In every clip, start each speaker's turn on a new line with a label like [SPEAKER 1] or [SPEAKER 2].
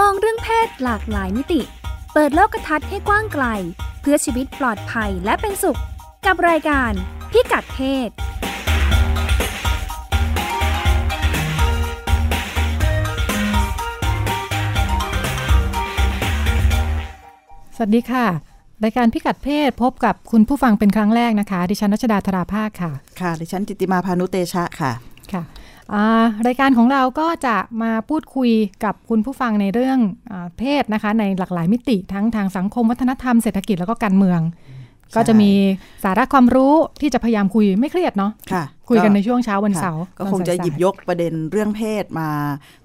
[SPEAKER 1] ศหลากหลายมิติ เปิดโลกทัศน์ให้กว้างไกล เพื่อชีวิตปลอดภัยและเป็นสุข กับรายการพิกัดเพศ
[SPEAKER 2] สวัสดีค่ะ รายการพิกัดเพศพบกับคุณผู้ฟังเป็นครั้งแรกนะคะ ดิฉันรัชดาธราภาคค่ะ
[SPEAKER 3] ค่ะ ดิฉันจิตติมาพานุเตชะค่ะ
[SPEAKER 2] ค่ะอ่ารายการของเราก็จะมาพูดคุยกับคุณผู้ฟังในเรื่องอาเพศนะคะ ในหลากหลายมิติทั้งทางสังคมวัฒนธรรมเศรษฐกิจแล้วก็การเมือง ก็จะมีสาระความรู้ที่จะพยายามคุยไม่เครียดเนาะ
[SPEAKER 3] ค่ะ
[SPEAKER 2] คุยกันในช่วงเช้าวันเสาร์
[SPEAKER 3] ค่ะก็คงจะหยิบยกประเด็นเรื่องเพศมา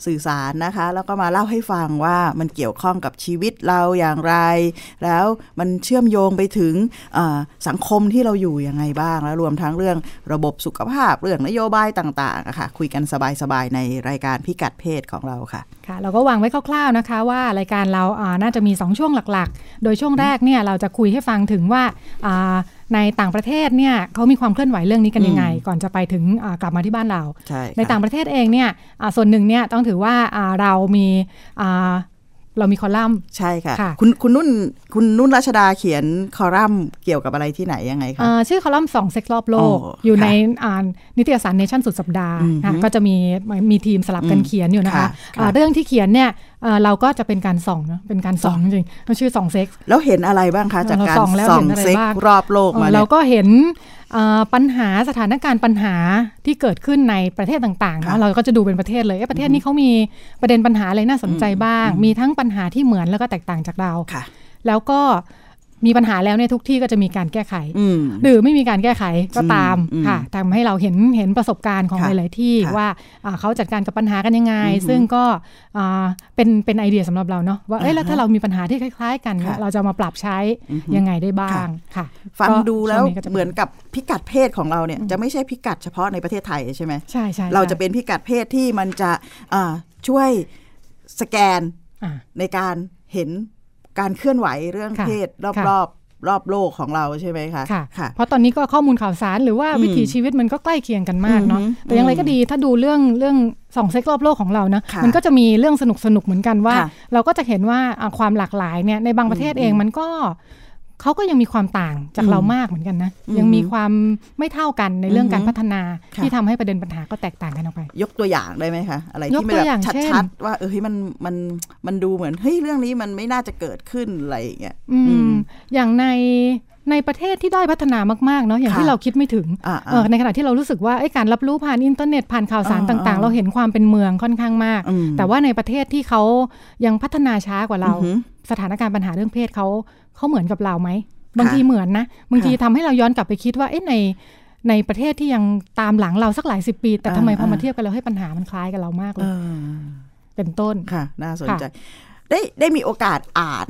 [SPEAKER 3] สื่อสารนะคะ แล้วก็มาเล่าให้ฟังว่ามันเกี่ยวข้องกับชีวิตเราอย่างไร แล้วมันเชื่อมโยงไปถึงเอ่อสังคมที่เราอยู่ยังไงบ้าง แล้วรวมทั้งเรื่องระบบสุขภาพเรื่องนโยบายต่างๆอะค่ะ คุยกันสบายๆในรายการพิกัดเพศของเราค่ะ
[SPEAKER 2] ค่ะเราก็วางไว้คร่าวๆนะคะ ว่ารายการเราอ่าน่าจะมี 2 ช่วงหลักๆ โดยช่วงแรกเนี่ยเราจะคุยให้ฟังถึงว่าอ่าในต่างประเทศเนี่ยเขามีความเคลื่อนไหวเรื่องนี้กันยังไง ก่อนจะไปถึงอ่ากลับมาที่บ้านเรา
[SPEAKER 3] ใช่
[SPEAKER 2] ในต่างประเทศเองเนี่ยอ่าส่วนหนึ่งเนี่ยต้องถือว่าอ่าเรามีอ่าเรามีคอลัมน์
[SPEAKER 3] ใช่ค่ะ
[SPEAKER 2] ค่ะ
[SPEAKER 3] คุณคุณนุ่นคุณนุ่นรัชดาเขียนคอลัมน์เกี่ยวกับอะไรที่ไหนยังไงคะ
[SPEAKER 2] อ่าชื่อคอลัมน์สองเซ็กรอบโลก
[SPEAKER 3] โอ้
[SPEAKER 2] อยู่
[SPEAKER 3] ค่ะ
[SPEAKER 2] ในอ่านิตยสารเนชั่นสุดสัปดาห์
[SPEAKER 3] อือหือ
[SPEAKER 2] ค่ะก็จะมีมีทีมสลับกันเขียนอยู่นะ
[SPEAKER 3] ค่ะ
[SPEAKER 2] คะ
[SPEAKER 3] ค่ะ
[SPEAKER 2] อ่าเรื่องที่เขียนเนี่ยเอ่อเราก็จะเป็นการส่องเนอะเป็นการส่องจริงๆมันชื่อส่องเซ็ก
[SPEAKER 3] แล้วเห็นอะไรบ้างคะจากการ
[SPEAKER 2] เราส่องแล้ว
[SPEAKER 3] ส่อ
[SPEAKER 2] เห็
[SPEAKER 3] ง
[SPEAKER 2] นอะไร
[SPEAKER 3] เซ็ก
[SPEAKER 2] บ้าง
[SPEAKER 3] รอบโลก
[SPEAKER 2] เอ่อ
[SPEAKER 3] มานี่
[SPEAKER 2] เรา
[SPEAKER 3] ย
[SPEAKER 2] ก็เห็นเอ่อปัญหาสถานการณ์ปัญหาที่เกิดขึ้นในประเทศต่างๆเนอะ
[SPEAKER 3] ค่ะ
[SPEAKER 2] เราก็จะดูเป็นประเทศเลยเอ๊ะประเทศนี้เขามีประเด็นปัญหาอะไรน่าสนใจบ้าง
[SPEAKER 3] อืม
[SPEAKER 2] มีทั้งปัญหาที่เหมือนแล้วก็แตกต่างจากเรา
[SPEAKER 3] ค่ะ
[SPEAKER 2] แล้วก็มีปัญหาแล้วเนี่ยทุกที่ก็จะมีการแก้ไข
[SPEAKER 3] อืม
[SPEAKER 2] หรือไม่มีการแก้ไขก็ตาม
[SPEAKER 3] อืม
[SPEAKER 2] ค่ะทำให้เราเห็นเห็นประสบการณ์ของ
[SPEAKER 3] ค่ะ
[SPEAKER 2] หลายๆที่
[SPEAKER 3] ค่ะ
[SPEAKER 2] ว่าอ่าเขาจัดการกับปัญหากันยังไง
[SPEAKER 3] อือหือ
[SPEAKER 2] ซึ่งก็อ่าเป็นเป็นไอเดียสำหรับเราเนาะว่าเอ้ยแล้ว
[SPEAKER 3] อ่าฮะ
[SPEAKER 2] ถ้าเรามีปัญหาที่คล้าย ๆ กันเนี่ย
[SPEAKER 3] ค่ะ
[SPEAKER 2] เราจะมาปรับใช้
[SPEAKER 3] อือหือ
[SPEAKER 2] ยังไงได้บ้า
[SPEAKER 3] ค่ะ
[SPEAKER 2] งค่ะ
[SPEAKER 3] ฟัง
[SPEAKER 2] ก็
[SPEAKER 3] ดูแล้ว
[SPEAKER 2] ช่งก็จะ
[SPEAKER 3] เหมือนกับพิกัดเพศของเราเนี่ยจะไม่ใช่พิกัดเฉพาะในประเทศไทยใช่ไหม
[SPEAKER 2] ใช่ใช่
[SPEAKER 3] เราจะเป็นพิกัดเพศที่มันจะอ่าช่วยสแกน
[SPEAKER 2] อ่า
[SPEAKER 3] ในการเห็นการเคลื่อนไหวเรื่อง
[SPEAKER 2] ค่ะ
[SPEAKER 3] เพศรอบ
[SPEAKER 2] ค่ะ
[SPEAKER 3] รอบรอบโลกของเราใช่ไหมคะ
[SPEAKER 2] ค่ะ เพราะตอนนี้ก็ข้อมูลข่าวสารหรือว่า
[SPEAKER 3] อืม
[SPEAKER 2] วิถีชีวิตมันก็ใกล้เคียงกันมากเนาะ
[SPEAKER 3] อือหือ
[SPEAKER 2] แต่อย่างไรก็ดีถ้าดูเรื่องเรื่องสองเซ็กรอบโลกของเรานะ
[SPEAKER 3] ค่ะ
[SPEAKER 2] มันก็จะมีเรื่องสนุกสนุกๆเหมือนกันว่า
[SPEAKER 3] ค่ะ
[SPEAKER 2] เราก็จะเห็นว่าอ่าความหลากหลายเนี่ยในบางประเทศเองมันก็เขาก็ยังมีความต่างจาก
[SPEAKER 3] อืม
[SPEAKER 2] เรามากเหมือนกันนะ
[SPEAKER 3] อือหือ
[SPEAKER 2] ยังมีความไม่เท่ากันในเรื่องการ
[SPEAKER 3] อือหื
[SPEAKER 2] พั
[SPEAKER 3] อ
[SPEAKER 2] ฒนา
[SPEAKER 3] ค่ะ
[SPEAKER 2] ที่ทำให้ประเด็นปัญหาก็แตกต่างกันออกไป
[SPEAKER 3] ยกตัวอย่างได้ไหมคะอะไร
[SPEAKER 2] ยก
[SPEAKER 3] ที่มั
[SPEAKER 2] ตั
[SPEAKER 3] นแบ
[SPEAKER 2] วอย่าง
[SPEAKER 3] บ
[SPEAKER 2] เช่น
[SPEAKER 3] ชัดๆว่าเออเฮ้ยมันมันมันดูเหมือนเฮ้ยเรื่องนี้มันไม่น่าจะเกิดขึ้นอะไรอย่างเงี้ย
[SPEAKER 2] อืม
[SPEAKER 3] อืม
[SPEAKER 2] อย่างในในประเทศที่ด้อยพัฒนามากๆเนาะอย่างที่
[SPEAKER 3] ค่ะ
[SPEAKER 2] เราคิดไม่ถึง
[SPEAKER 3] อ่าๆ
[SPEAKER 2] เออในขณะที่เรารู้สึกว่าเอ้ยการรับรู้ผ่านอินเทอร์เน็ตผ่านข่าวสาร
[SPEAKER 3] อ่า
[SPEAKER 2] ต่าง
[SPEAKER 3] อ่า
[SPEAKER 2] ๆ เราเห็นความเป็นเมืองค่อนข้างมาก
[SPEAKER 3] ม
[SPEAKER 2] แต่ว่าในประเทศที่เขายังพัฒนาช้ากว่าเรา
[SPEAKER 3] อือหือ
[SPEAKER 2] สถานการณ์ปัญหาเรื่องเพศเขาเขาเหมือนกับเราไหมบาง
[SPEAKER 3] ค่ะ
[SPEAKER 2] ทีเหมือนนะบางที
[SPEAKER 3] ค่ะ
[SPEAKER 2] ทำให้เราย้อนกลับไปคิดว่าเอ๊ะในในประเทศที่ยังตามหลังเราสักหลายสิบปี แต่ทำไม
[SPEAKER 3] อ่า
[SPEAKER 2] พอมา
[SPEAKER 3] อ่า
[SPEAKER 2] เทียบกันแล้วให้ปัญหามันคล้ายกับเรามากเล
[SPEAKER 3] เอย อ
[SPEAKER 2] เป็นต้น
[SPEAKER 3] ค่ะ น่าสน
[SPEAKER 2] ค่ะ
[SPEAKER 3] ใจ ได้ได้มีโอกาสอ่าน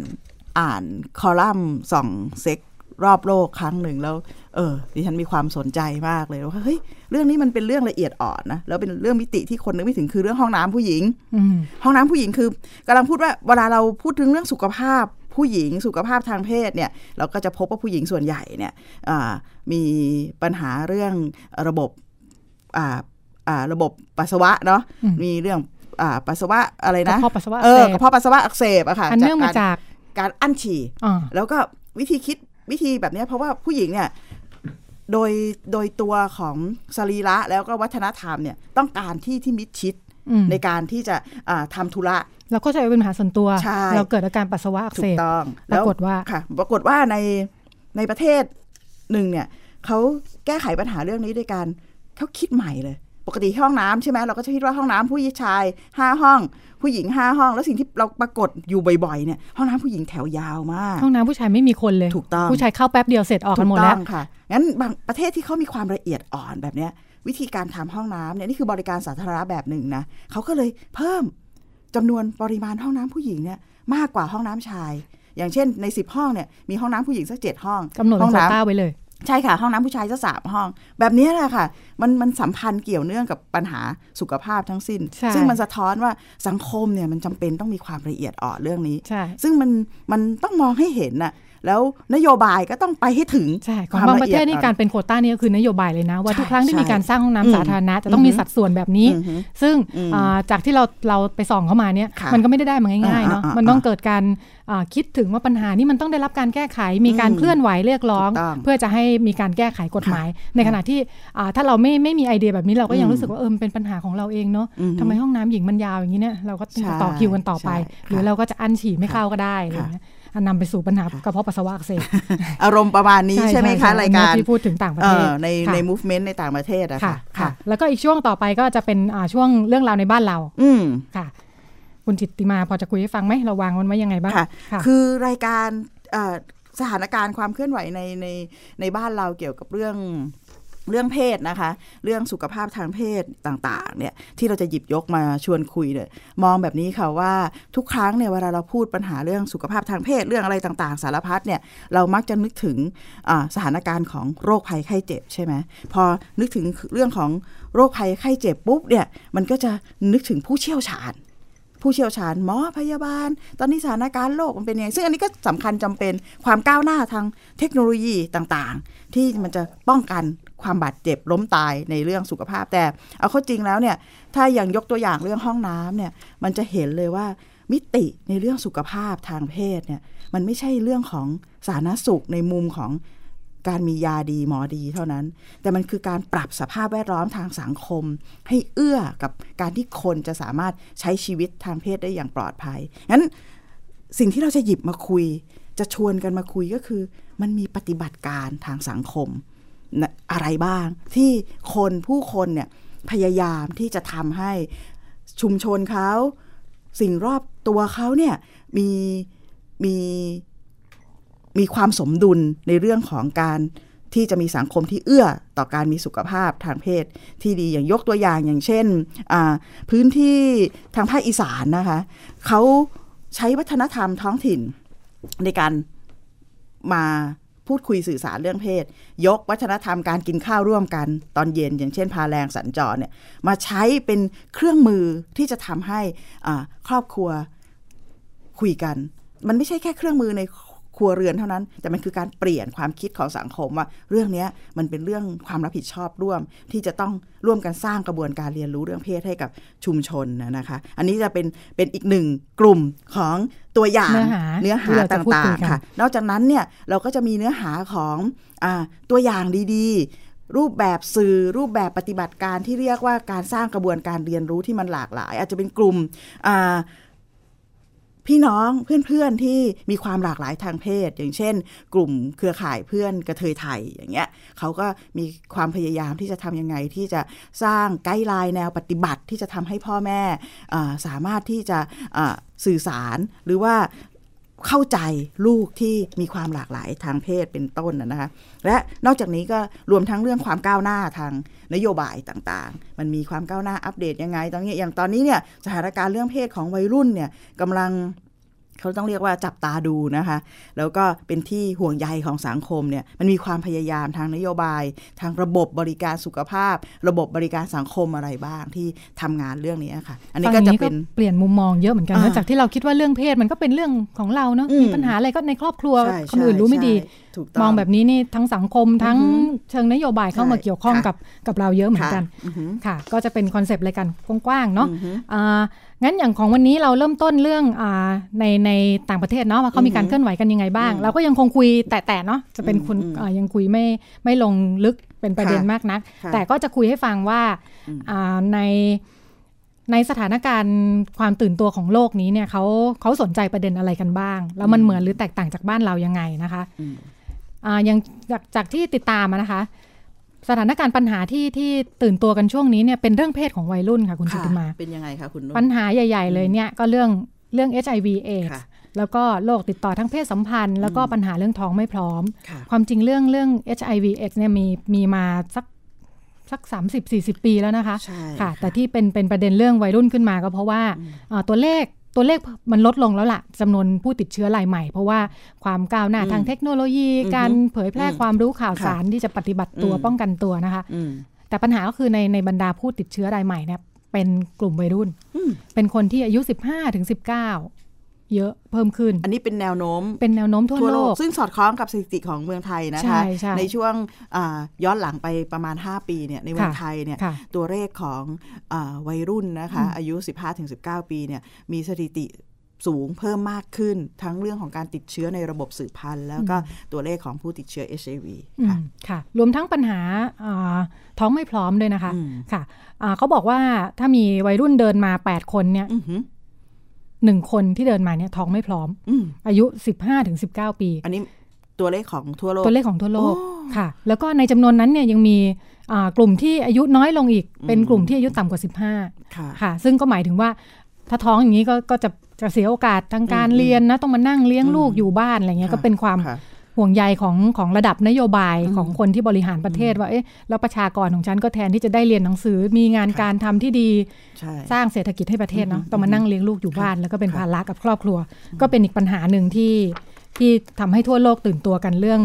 [SPEAKER 3] อ่านคอลัมน์ส่องเซ็กรอบโลกครั้งหนึ่งแล้ว เออดิฉันมีความสนใจมากเลยว่าเฮ้ยเรื่องนี้มันเป็นเรื่องละเอียดอ่อนนะแล้วเป็นเรื่องมิติที่คนนึกไม่ถึงคือเรื่องห้องน้ำผู้หญิง
[SPEAKER 2] ืม
[SPEAKER 3] ห้องน้ำผู้หญิงคือกำลังพูดว่าเวลาเราพูดถึงเรื่องสุขภาพผู้หญิงสุขภาพทางเพศเนี่ยเราก็จะพบว่าผู้หญิงส่วนใหญ่เนี่ยอ่ามีปัญหาเรื่องระบบอ่าอ่าระบบปัสสาวะเนาะ
[SPEAKER 2] อืม
[SPEAKER 3] มีเรื่องอ่าปัสสาวะอะไร
[SPEAKER 2] กระ
[SPEAKER 3] นะ
[SPEAKER 2] เพาะปัสสาวะ
[SPEAKER 3] เอ
[SPEAKER 2] อัก
[SPEAKER 3] อ
[SPEAKER 2] เสบ
[SPEAKER 3] กระเพาะปัสสาวะอักเสบอะค่ะ
[SPEAKER 2] อันเนื่องมา
[SPEAKER 3] การ
[SPEAKER 2] จาก
[SPEAKER 3] การอั้นฉี่
[SPEAKER 2] อ่า
[SPEAKER 3] แล้วก็วิธีคิดวิธีแบบเนี้ยเพราะว่าผู้หญิงเนี่ยโดยโดยตัวของสรีระแล้วก็วัฒนธรรมเนี่ยต้องการที่ที่มิดชิด
[SPEAKER 2] อืม
[SPEAKER 3] ในการที่จะอ่าทำธุระ
[SPEAKER 2] เราก็จะเป็นปัญหาส่วนตัว
[SPEAKER 3] ใช่
[SPEAKER 2] เราเกิดอาการปัสสาวะอัก
[SPEAKER 3] ถู
[SPEAKER 2] เส
[SPEAKER 3] ก
[SPEAKER 2] บ
[SPEAKER 3] ต้อง
[SPEAKER 2] ปรากฏว่า
[SPEAKER 3] ค่ะ ปรากฏว่าในในประเทศหนึ่งเนี่ยเขาแก้ไขปัญหาเรื่องนี้ด้วยการเขาคิดใหม่เลย ปกติห้องน้ำใช่ไหมเราก็จะคิดว่าห้องน้ำผู้ชายห้าห้อง ผู้หญิงห้าห้อง แล้วสิ่งที่เราปรากฏอยู่บ่อยๆเนี่ยห้องน้ำผู้หญิงแถวยาวมาก
[SPEAKER 2] ห้องน้ำผู้ชายไม่มีคนเลย
[SPEAKER 3] ถูกต้อง
[SPEAKER 2] ผู้ชายเข้าแป๊บเดียวเสร็จออกกันหมดแล้ว
[SPEAKER 3] ถูต้องค่ะ งั้นบางประเทศที่เขามีความละเอียดอ่อนแบบเนี้ย วิธีการทำห้องน้ำเนี่ยนี่คือบริการสาธารณะแบบหนึ่งนะเขาก็เลยเพิ่มจำนวนปริมาณห้องน้ำผู้หญิงเนี่ยมากกว่าห้องน้ำชาย อย่างเช่นใน 10 ห้องเนี่ยมีห้องน้ำผู้หญิงสักเจ็ดห้อง
[SPEAKER 2] กำหนด
[SPEAKER 3] ห้
[SPEAKER 2] เป็
[SPEAKER 3] อน ง
[SPEAKER 2] โคว
[SPEAKER 3] น้
[SPEAKER 2] ต้าไว้เลย
[SPEAKER 3] ำใช่ค่ะห้องน้ำผู้ชายสักสามห้อง แบบเนี้ยแหละค่ะมันมันสัมพันธ์เกี่ยวเนื่องกับปัญหาสุขภาพทั้งสิ
[SPEAKER 2] ใช่
[SPEAKER 3] ้น ซึ่งมันสะท้อนว่าสังคมเนี่ยมันจำเป็นต้องมีความละเอียดอ่อนเรื่องนี้
[SPEAKER 2] ใช่
[SPEAKER 3] ซึ่งมันมันต้องมองให้เห็นน่ะ แล้วนโยบายก็ต้องไปให้ถึง
[SPEAKER 2] ใช่ของบางประเทศนี่การเป็นโควต้านี่ก็คือนโยบายเลยนะ ว่าทุกครั้งที่มีการสร้างห้องน้ำสาธารณะจะต้องมีสัดส่วนแบบนี้ ซึ่ง
[SPEAKER 3] อืม
[SPEAKER 2] อ่าจากที่เราเราไปส่องเข้ามาเนี่ย
[SPEAKER 3] ค่ะ
[SPEAKER 2] มันก็ไม่ได้ได้มาง่ายๆเนาะ
[SPEAKER 3] อ่าๆๆ
[SPEAKER 2] มันต้องเกิดการอ่าคิดถึงว่าปัญหานี้มันต้องได้รับการแก้ไขมีการ
[SPEAKER 3] อืม
[SPEAKER 2] เคลื่อนไหวเรียกร้อง
[SPEAKER 3] ถูกต้อง
[SPEAKER 2] เพื่อจะให้มีการแก้ไขกฎหมาย ในขณะที่อ่าถ้าเราไม่ไม่มีไอเดียแบบนี้เราก็ยัง
[SPEAKER 3] อืม
[SPEAKER 2] รู้สึกว่าเออมันเป็นปัญหาของเราเองเนาะ
[SPEAKER 3] อือฮึ
[SPEAKER 2] ทำไมห้องน้ำหญิงมันยาวอย่างนี้เนี่ยเราก็ต้อง
[SPEAKER 3] ใช่
[SPEAKER 2] ต่อคิวกันต่อไป
[SPEAKER 3] ใช่ค่ะ
[SPEAKER 2] หรือเราก็จะอั้นฉี่ไม่เข้าก็ได้อะไรอย่างเงี้ยอันนำไปสู่ปัญหากระเพาะปัสสาวะอักเสบ
[SPEAKER 3] อารมณ์ประมาณนี้ใช่ไหมคะราย
[SPEAKER 2] อัน
[SPEAKER 3] กา
[SPEAKER 2] นี้
[SPEAKER 3] ร
[SPEAKER 2] ที่พูดถึงต่างประ
[SPEAKER 3] เอ่
[SPEAKER 2] เทศ
[SPEAKER 3] อใน
[SPEAKER 2] ค่ะ
[SPEAKER 3] ใน movement ในต่างประเทศอะ
[SPEAKER 2] ค่ะ
[SPEAKER 3] ค่ะ
[SPEAKER 2] ค่ะ แล้วก็อีกช่วงต่อไปก็จะเป็นอ่าช่วงเรื่องราวในบ้านเรา
[SPEAKER 3] อืม
[SPEAKER 2] ค่ะ คุณจิตติมาพอจะคุยให้ฟังไหมเราวางมันไว้ยังไงบ้าง
[SPEAKER 3] ค่ะ
[SPEAKER 2] ค่ะ
[SPEAKER 3] คือรายการเอ่อสถานการณ์ความเคลื่อนไหวในในในบ้านเราเกี่ยวกับเรื่องเรื่องเพศนะคะ เรื่องสุขภาพทางเพศต่างๆเนี่ยที่เราจะหยิบยกมาชวนคุยเนี่ยมองแบบนี้ค่ะว่าทุกครั้งเนี่ยเวลาเราพูดปัญหาเรื่องสุขภาพทางเพศเรื่องอะไรต่างๆ สารพัดเนี่ยเรามักจะนึกถึงอ่าสถานการณ์ของโรคภัยไข้เจ็บใช่ไหมพอนึกถึงเรื่องของโรคภัยไข้เจ็บปุ๊บเนี่ยมันก็จะนึกถึงผู้เชี่ยวชาญ ผู้เชี่ยวชาญหมอพยาบาล ตอนนี้สถานการณ์โลกมันเป็นยังไง ซึ่งอันนี้ก็สำคัญจำเป็นความก้าวหน้าทางเทคโนโลยีต่างๆ ที่มันจะป้องกันความบาดเจ็บล้มตายในเรื่องสุขภาพแต่ เอาเข้าจริงแล้วเนี่ยถ้าอย่างยกตัวอย่างเรื่องห้องน้ำเนี่ยมันจะเห็นเลยว่ามิติในเรื่องสุขภาพทางเพศเนี่ยมันไม่ใช่เรื่องของสาธารณสุขในมุมของการมียาดีหมอดีเท่านั้น แต่มันคือการปรับสภาพแวดล้อมทางสังคม ให้เอื้อกับการที่คนจะสามารถใช้ชีวิตทางเพศได้อย่างปลอดภัย งั้นสิ่งที่เราจะหยิบมาคุย จะชวนกันมาคุยก็คือ มันมีปฏิบัติการทางสังคมนะอะไรบ้าง ที่คนผู้คนเนี่ยพยายามที่จะทำให้ชุมชนเขา สิ่งรอบตัวเขาเนี่ยมีมีมีความสมดุลในเรื่องของการที่จะมีสังคมที่เอื้อต่อการมีสุขภาพทางเพศที่ดีอย่างยกตัวอย่างอย่างเช่นอ่าพื้นที่ทางภาคอีสานนะคะเขาใช้วัฒนธรรมท้องถิ่นในการมาพูดคุยสื่อสารเรื่องเพศ ยกวัฒนธรรมการกินข้าวร่วมกันตอนเย็น อย่างเช่น พาแรงสัญจรเนี่ยมาใช้เป็นเครื่องมือที่จะทำให้อ่าครอบครัว คุยกัน มันไม่ใช่แค่เครื่องมือในครัวเรือนเท่านั้น แต่มันคือการเปลี่ยนความคิดของสังคมว่าเรื่องเนี้ยมันเป็นเรื่องความรับผิดชอบร่วม ที่จะต้องร่วมกันสร้างกระบวนการเรียนรู้เรื่องเพศให้กับชุมชนนะนะคะ อันนี้จะเป็นเป็นอีกหนึ่งกลุ่มของตัวอย่าง
[SPEAKER 2] เนื้อหา
[SPEAKER 3] เนื้อหา
[SPEAKER 2] ที่เรา
[SPEAKER 3] ต
[SPEAKER 2] จะพูด่
[SPEAKER 3] า
[SPEAKER 2] คุย
[SPEAKER 3] ง
[SPEAKER 2] กัน
[SPEAKER 3] ๆค่ะ นอกจากนั้นเนี่ยเราก็จะมีเนื้อหาของอาตัวอย่างดีๆ รูปแบบสื่อรูปแบบปฏิบัติการที่เรียกว่าการสร้างกระบวนการเรียนรู้ที่มันหลากหลาย อาจจะเป็นกลุ่มอ่า พี่น้องเพื่อนๆที่มีความหลากหลายทางเพศ อย่างเช่น กลุ่มเครือข่ายเพื่อนกระเทยไทยอย่างเงี้ยเขาก็มีความพยายามที่จะทำยังไงที่จะสร้างไกด์ไลน์แนวปฏิบัติที่จะทำให้พ่อแม่อ่าสามารถที่จะอ่าสื่อสารหรือว่าเข้าใจลูกที่มีความหลากหลายทางเพศเป็นต้นนะนะคะ และนอกจากนี้ก็รวมทั้งเรื่องความก้าวหน้าทางนโยบายต่างๆ มันมีความก้าวหน้าอัปเดตยังไงตอนนี้อย่างตอนนี้เนี่ยสถานการณ์เรื่องเพศของวัยรุ่นเนี่ยกำลัง เขาต้องเรียกว่าจับตาดูนะคะ แล้วก็เป็นที่ห่วงใยของสังคมเนี่ย มันมีความพยายามทางนโยบาย ทางระบบบริการสุขภาพ ระบบบริการสังคมอะไรบ้างที่ทำงานเรื่องนี้ค่ะ อันนี้
[SPEAKER 2] ฟังอ
[SPEAKER 3] ก็
[SPEAKER 2] ย่าง
[SPEAKER 3] จะ
[SPEAKER 2] นี้ก็
[SPEAKER 3] เป็น
[SPEAKER 2] เปลี่ยนมุมมองเยอะเหมือนกัน
[SPEAKER 3] อ่า
[SPEAKER 2] นะจากที่เราคิดว่าเรื่องเพศมันก็เป็นเรื่องของเราเนาะ
[SPEAKER 3] อืม
[SPEAKER 2] มีปัญหาอะไรก็ในครอบครัว
[SPEAKER 3] ใช่
[SPEAKER 2] คนอื่นรู้ไม่ดี
[SPEAKER 3] ใช่ถูกต้
[SPEAKER 2] มองแบบนี้นี่ทั้งสังคมทั้ง
[SPEAKER 3] อือหื
[SPEAKER 2] เชิงนโยบายเข้ามา
[SPEAKER 3] ใช่
[SPEAKER 2] เกี่ยวข้อง
[SPEAKER 3] ค่ะ
[SPEAKER 2] กับกับเราเยอะเหมือน
[SPEAKER 3] ค่ะ
[SPEAKER 2] กัน
[SPEAKER 3] อือหือ
[SPEAKER 2] ค่ะ ก็จะเป็นคอนเซปต์รายการกว้างๆเนาะ
[SPEAKER 3] อือหือ
[SPEAKER 2] อ่างั้นอย่างของวันนี้เราเริ่มต้นเรื่องอาในในต่างประเทศเนาะว่าเขามีการ
[SPEAKER 3] อือฮึ
[SPEAKER 2] เคลื่อนไหวกันยังไงบ้าง
[SPEAKER 3] อืม
[SPEAKER 2] เราก็ยังคงคุยแต่แต่เนาะจะเป็นคุณ
[SPEAKER 3] อืมอืม
[SPEAKER 2] อ่ายังคุยไม่ไม่ลงลึกเป็นประเด็น
[SPEAKER 3] ค่ะ
[SPEAKER 2] มากนัก
[SPEAKER 3] ค่ะ
[SPEAKER 2] แต่ก็จะคุยให้ฟังว่า
[SPEAKER 3] อืม
[SPEAKER 2] อ่าในในสถานการณ์ความตื่นตัวของโลกนี้เนี่ยเขาเขาสนใจประเด็นอะไรกันบ้าง แล้วมันเหมือนหรือแตกต่างจากบ้านเรายังไงนะคะ
[SPEAKER 3] อืม
[SPEAKER 2] อ่ายังจากจากที่ติดตามอะนะคะ สถานการณ์ปัญหาที่ที่ตื่นตัวกันช่วงนี้เนี่ยเป็นเรื่องเพศของวัยรุ่นค่ะคุณจิตติมา
[SPEAKER 3] เป็นยังไงคะคุณนุ่น
[SPEAKER 2] ปัญหาใหญ่ ๆ เลยเนี่ยก็เรื่องเรื่อง HIV AIDS
[SPEAKER 3] ค่ะ
[SPEAKER 2] แล้วก็โรคติดต่อทั้งเพศสัมพันธ์ แล้วก็ปัญหาเรื่องท้องไม่พร้อม
[SPEAKER 3] ค่ะ
[SPEAKER 2] ความจริงเรื่องเรื่อง HIV AIDS เนี่ยมีมีมาสักสัก 30-40 ปีแล้วนะคะ
[SPEAKER 3] ใช่
[SPEAKER 2] ค่ะ แต่ที่เป็นเป็นประเด็นเรื่องวัยรุ่นขึ้นมาก็เพราะว่าเอ่อตัวเลขตัวเลขมันลดลงแล้วล่ะจำนวนผู้ติดเชื้อรายใหม่ เพราะว่าความก้าวหน้าทางเทคโนโลยี
[SPEAKER 3] อือฮึ
[SPEAKER 2] การเผยแพร่
[SPEAKER 3] อืม
[SPEAKER 2] ความรู้ข่าวสารที่จะปฏิบัติตัว
[SPEAKER 3] อืม
[SPEAKER 2] ป้องกันตัวนะคะ
[SPEAKER 3] อืม
[SPEAKER 2] แต่ปัญหาก็คือในในบรรดาผู้ติดเชื้อรายใหม่เนี่ยเป็นกลุ่มวัยรุ่น
[SPEAKER 3] อืม
[SPEAKER 2] เป็นคนที่อายุ 15ถึง19 เยอะเพิ่มขึ้น
[SPEAKER 3] อันนี้เป็นแนวโน้ม
[SPEAKER 2] เป็นแนวโน้มทั่วโลก
[SPEAKER 3] ซึ่งสอดคล้องกับสถิติของเมืองไทยนะ
[SPEAKER 2] ใช่
[SPEAKER 3] คะ
[SPEAKER 2] ใช่
[SPEAKER 3] ช่วงอ่าย้อนหลังไปประมาณ 5 ปีเนี่ยในเมือง
[SPEAKER 2] ค่ะ
[SPEAKER 3] ไทยเนี่ย
[SPEAKER 2] ค่ะ
[SPEAKER 3] ตัวเลขของอาวัยรุ่นนะคะ
[SPEAKER 2] อืม
[SPEAKER 3] อายุ 15-19 ปีเนี่ยมีสถิติสูงเพิ่มมากขึ้น ทั้งเรื่องของการติดเชื้อในระบบสืบพันธุ์ แล้วก็
[SPEAKER 2] อื
[SPEAKER 3] ตัวเลขของผู้ติดเชื้อ HIV
[SPEAKER 2] อื
[SPEAKER 3] ค่ะ
[SPEAKER 2] มค่ะ รวมทั้งปัญหาอ่าท้องไม่พร้อมด้วยนะคะ
[SPEAKER 3] อืม
[SPEAKER 2] ค่ะอ่าเขาบอกว่าถ้ามีวัยรุ่นเดินมา 8 คนเนี่ย
[SPEAKER 3] อือหือ
[SPEAKER 2] หนึ่งคนที่เดินมาเนี่ยท้องไม่พร้อม
[SPEAKER 3] อืม
[SPEAKER 2] อายุ 15-19 ปี
[SPEAKER 3] อันนี้ตัวเลขของทั่วโลก
[SPEAKER 2] ตัวเลขของทั่วโลก
[SPEAKER 3] โอ้
[SPEAKER 2] ค่ะ แล้วก็ในจำนวนนั้นเนี่ยยังมีอ่ากลุ่มที่อายุน้อยลงอีก เป็น
[SPEAKER 3] อืม
[SPEAKER 2] กลุ่มที่อายุต่ำกว่า
[SPEAKER 3] ค่ะ
[SPEAKER 2] 15 ค่ะ ซึ่งก็หมายถึงว่าถ้าท้องอย่างนี้ก็ก็จะจะเสียโอกาสทางการ
[SPEAKER 3] อืม
[SPEAKER 2] เรียนนะต้องมานั่งเลี้ยงลูก
[SPEAKER 3] อืม
[SPEAKER 2] อยู่บ้านอะไรเงี้ย
[SPEAKER 3] ค่ะ
[SPEAKER 2] ก็เป็นความ
[SPEAKER 3] ค่ะ
[SPEAKER 2] ห่วงใยของของระดับนโยบาย
[SPEAKER 3] อืม
[SPEAKER 2] ของคนที่บริหารประเทศว่าเอ๊ะแล้วประชากรของฉันก็แทนที่จะได้เรียนหนังสือมีงาน
[SPEAKER 3] ค่ะ
[SPEAKER 2] การทำที่ดี
[SPEAKER 3] ใช่
[SPEAKER 2] สร้างเศรษฐกิจให้ประเทศเนาะ
[SPEAKER 3] อืม
[SPEAKER 2] ต้องมานั่งเลี้ยงลูกอยู่บ้าน แล้วก็เป็น
[SPEAKER 3] ค่ะ
[SPEAKER 2] ภาระกับครอบครัว ก็เป็นอีกปัญหาหนึ่งที่ที่ทำให้ทั่วโลกตื่นตัวกันเรื่อง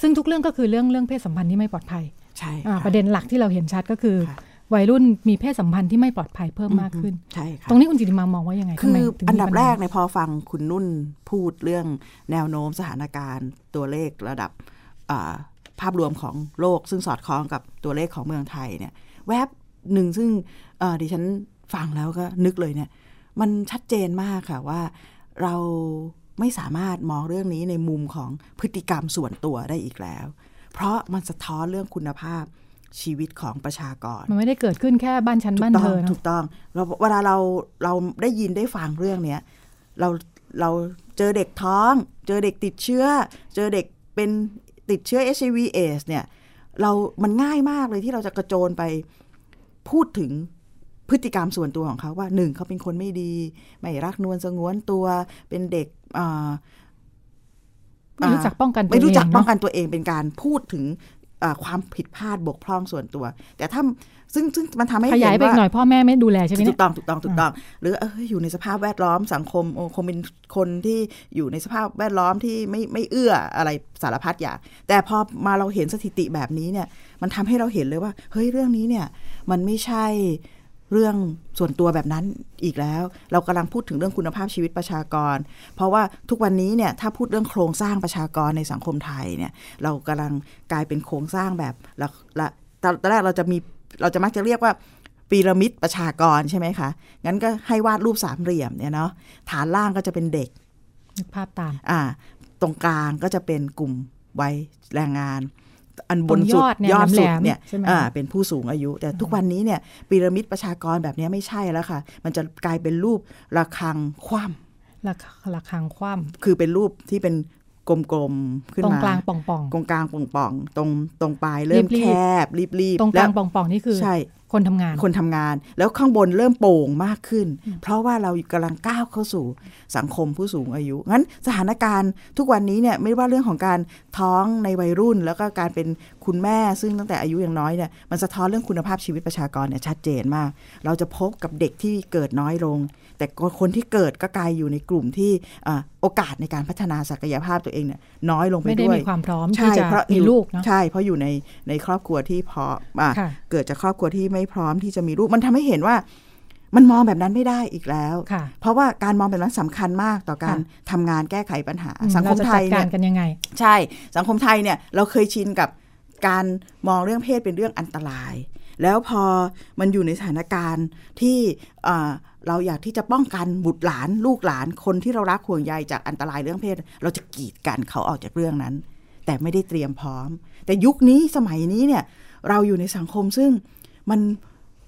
[SPEAKER 2] ซึ่งทุกเรื่องก็คือเรื่องเรื่องเพศสัมพันธ์ที่ไม่ปลอดภัย
[SPEAKER 3] ใช่
[SPEAKER 2] อ่า
[SPEAKER 3] ค่
[SPEAKER 2] ประเด็นหลักที่เราเห็นชัดก็คือ
[SPEAKER 3] ค่ะ
[SPEAKER 2] วัยรุ่นมีเพศสัมพันธ์ที่ไม่ปลอดภัยเพิ่มมากขึ้น
[SPEAKER 3] ใช่ค่ะ
[SPEAKER 2] ตรงนี้คุณจิติมามองว่ายังไง
[SPEAKER 3] คื
[SPEAKER 2] ทำไม
[SPEAKER 3] อ
[SPEAKER 2] ถึงมี
[SPEAKER 3] อันดับ
[SPEAKER 2] ปัญ
[SPEAKER 3] แร
[SPEAKER 2] หา
[SPEAKER 3] กในยพอฟังคุณนุ่นพูดเรื่องแนวโน้มสถานการณ์ตัวเลขระดับอ่าภาพรวมของโลก ซึ่งสอดคล้องกับตัวเลขของเมืองไทยเนี่ย แวบหนึ่งซึ่งเอ่อดิฉันฟังแล้วก็นึกเลยเนี่ย มันชัดเจนมากค่ะว่าเราไม่สามารถมองเรื่องนี้ในมุมของพฤติกรรมส่วนตัวได้อีกแล้ว เพราะมันสะท้อนเรื่องคุณภาพชีวิตของประชากร
[SPEAKER 2] มันไม่ได้เกิดขึ้นแค่บ้านชั้น
[SPEAKER 3] ถู
[SPEAKER 2] บ้าน
[SPEAKER 3] กต้
[SPEAKER 2] เธ
[SPEAKER 3] อง
[SPEAKER 2] อเน
[SPEAKER 3] ถู
[SPEAKER 2] อะ
[SPEAKER 3] กต้องเราเวลาเราเราได้ยินได้ฟังเรื่องเนี้ยเราเราเจอเด็กท้อง เจอเด็กติดเชื้อ เจอเด็กเป็นติดเชื้อ HIV AIDS เนี่ยเรา มันง่ายมากเลยที่เราจะกระโจนไปพูดถึงพฤติกรรมส่วนตัวของเขาว่าหนึ่งเขาเป็นคนไม่ดี ไม่รักนวลสงวนตัวเป็นเด็กอ่า
[SPEAKER 2] ไม่รู้จักป้องกันตัว
[SPEAKER 3] ไม่รู้จัก
[SPEAKER 2] เเน
[SPEAKER 3] ป้อ
[SPEAKER 2] อะ
[SPEAKER 3] งกันตัวเองเป็นการพูดถึงเอ่อความผิดพลาดบกพร่องส่วนตัว แต่ถ้าซึ่งซึ่งมันทำให้
[SPEAKER 2] ข
[SPEAKER 3] เห็น
[SPEAKER 2] ยายไปอี
[SPEAKER 3] ว่า
[SPEAKER 2] กหน่อยพ่อแม่ไม่ดูแลใช่ไหม
[SPEAKER 3] ถู
[SPEAKER 2] เนี่ย
[SPEAKER 3] กต้องถูกต้องถูกต้องหรือเอยอยู่ในสภาพแวดล้อมสังคมโอ้คงเป็นคนที่อยู่ในสภาพแวดล้อมที่ไม่ไม่เอื้ออะไรสารพัดอย่าง แต่พอมาเราเห็นสถิติแบบนี้เนี่ย มันทำให้เราเห็นเลยว่า เฮ้ยเรื่องนี้เนี่ย มันไม่ใช่เรื่องส่วนตัวแบบนั้นอีกแล้ว เรากำลังพูดถึงเรื่องคุณภาพชีวิตประชากร เพราะว่าทุกวันนี้เนี่ยถ้าพูดเรื่องโครงสร้างประชากรในสังคมไทยเนี่ย เรากำลังกลายเป็นโครงสร้างแบบละละตอนตอนแรกเราจะมีเราจะมักจะเรียกว่า ปีระมิดประชากรใช่ไหมคะ งั้นก็ให้วาดรูปสามเหลี่ยมเนี่ยเนาะ ฐานล่างก็จะเป็นเด็ก
[SPEAKER 2] นึกภาพตาม
[SPEAKER 3] อ่า ตรงกลางก็จะเป็นกลุ่มวัยแรงงาน อันบน
[SPEAKER 2] ตรงย
[SPEAKER 3] สุด
[SPEAKER 2] อดเนี่ย
[SPEAKER 3] สุด
[SPEAKER 2] แหลมๆ
[SPEAKER 3] เนี่ย
[SPEAKER 2] ใช่ไหม
[SPEAKER 3] อ่าเป็นผู้สูงอายุ แต่ทุกวันนี้เนี่ยปีระมิดประชากรแบบเนี้ยไม่ใช่แล้วค่ะ มันจะกลายเป็นรูประฆังคว่
[SPEAKER 2] ระระคังคว่
[SPEAKER 3] ำคือเป็นรูปที่เป็นกลมๆ
[SPEAKER 2] ำ
[SPEAKER 3] ขึ้น
[SPEAKER 2] ตรง
[SPEAKER 3] มาก
[SPEAKER 2] ลางป่อง
[SPEAKER 3] ตรงกลางป่องๆตรงตรงปลายเริ่ม
[SPEAKER 2] รีบๆ
[SPEAKER 3] แคบรีบ
[SPEAKER 2] ๆ
[SPEAKER 3] ๆ
[SPEAKER 2] ตรงกลาง
[SPEAKER 3] แะ
[SPEAKER 2] ป่องๆนี่คือ
[SPEAKER 3] ใช่
[SPEAKER 2] คนทำงาน
[SPEAKER 3] คนทำงานแล้วข้างบนเริ่มโป่งมากขึ้น เพราะว่าเรากำลังก้าวเข้าสู่สังคมผู้สูงอายุ งั้นสถานการณ์ทุกวันนี้เนี่ยไม่ว่าเรื่องของการท้องในวัยรุ่น แล้วก็การเป็นคุณแม่ซึ่งตั้งแต่อายุยังน้อยเนี่ยมันสะท้อนเรื่องคุณภาพชีวิตประชากรเนี่ยชัดเจนมาก เราจะพบกับเด็กที่เกิดน้อยลง แต่คนที่เกิดก็กลายอยู่ในกลุ่มที่อ่าโอกาสในการพัฒนาศักยภาพตัวเองเนี่ยน้อยลงไป
[SPEAKER 2] ไม่ได้
[SPEAKER 3] ด้วย
[SPEAKER 2] มีความพร้อม
[SPEAKER 3] ใช่
[SPEAKER 2] ที่จะ
[SPEAKER 3] เพราะอยู่
[SPEAKER 2] มีลูกเนาะ
[SPEAKER 3] ใช่เพราะอยู่ในในครอบครัวที่พออ่ะ
[SPEAKER 2] ค่ะ
[SPEAKER 3] เกิดจากครอบครัวที่ไม่พร้อมที่จะมีลูกมันทำให้เห็นว่ามันมองแบบนั้นไม่ได้อีกแล้ว
[SPEAKER 2] ค่ะ
[SPEAKER 3] เพราะว่าการมองแบบนั้นสำคัญมากต่อการ
[SPEAKER 2] ค่
[SPEAKER 3] ทำงานแก้ไขปัญหา
[SPEAKER 2] อืม
[SPEAKER 3] สังคมไทย
[SPEAKER 2] เราจะจัดการ
[SPEAKER 3] เนี่ย
[SPEAKER 2] กันยังไง
[SPEAKER 3] ใช่สังคมไทยเนี่ยเราเคยชินกับการมองเรื่องเพศเป็นเรื่องอันตราย แล้วพอมันอยู่ในสถานการณ์ที่เอ่อเราอยากที่จะป้องกันบุตรหลานลูกหลานคนที่เรารักห่วงใยจากอันตรายเรื่องเพศ เราจะกีดกันเขาออกจากเรื่องนั้น แต่ไม่ได้เตรียมพร้อม แต่ยุคนี้สมัยนี้เนี่ย เราอยู่ในสังคมซึ่งมัน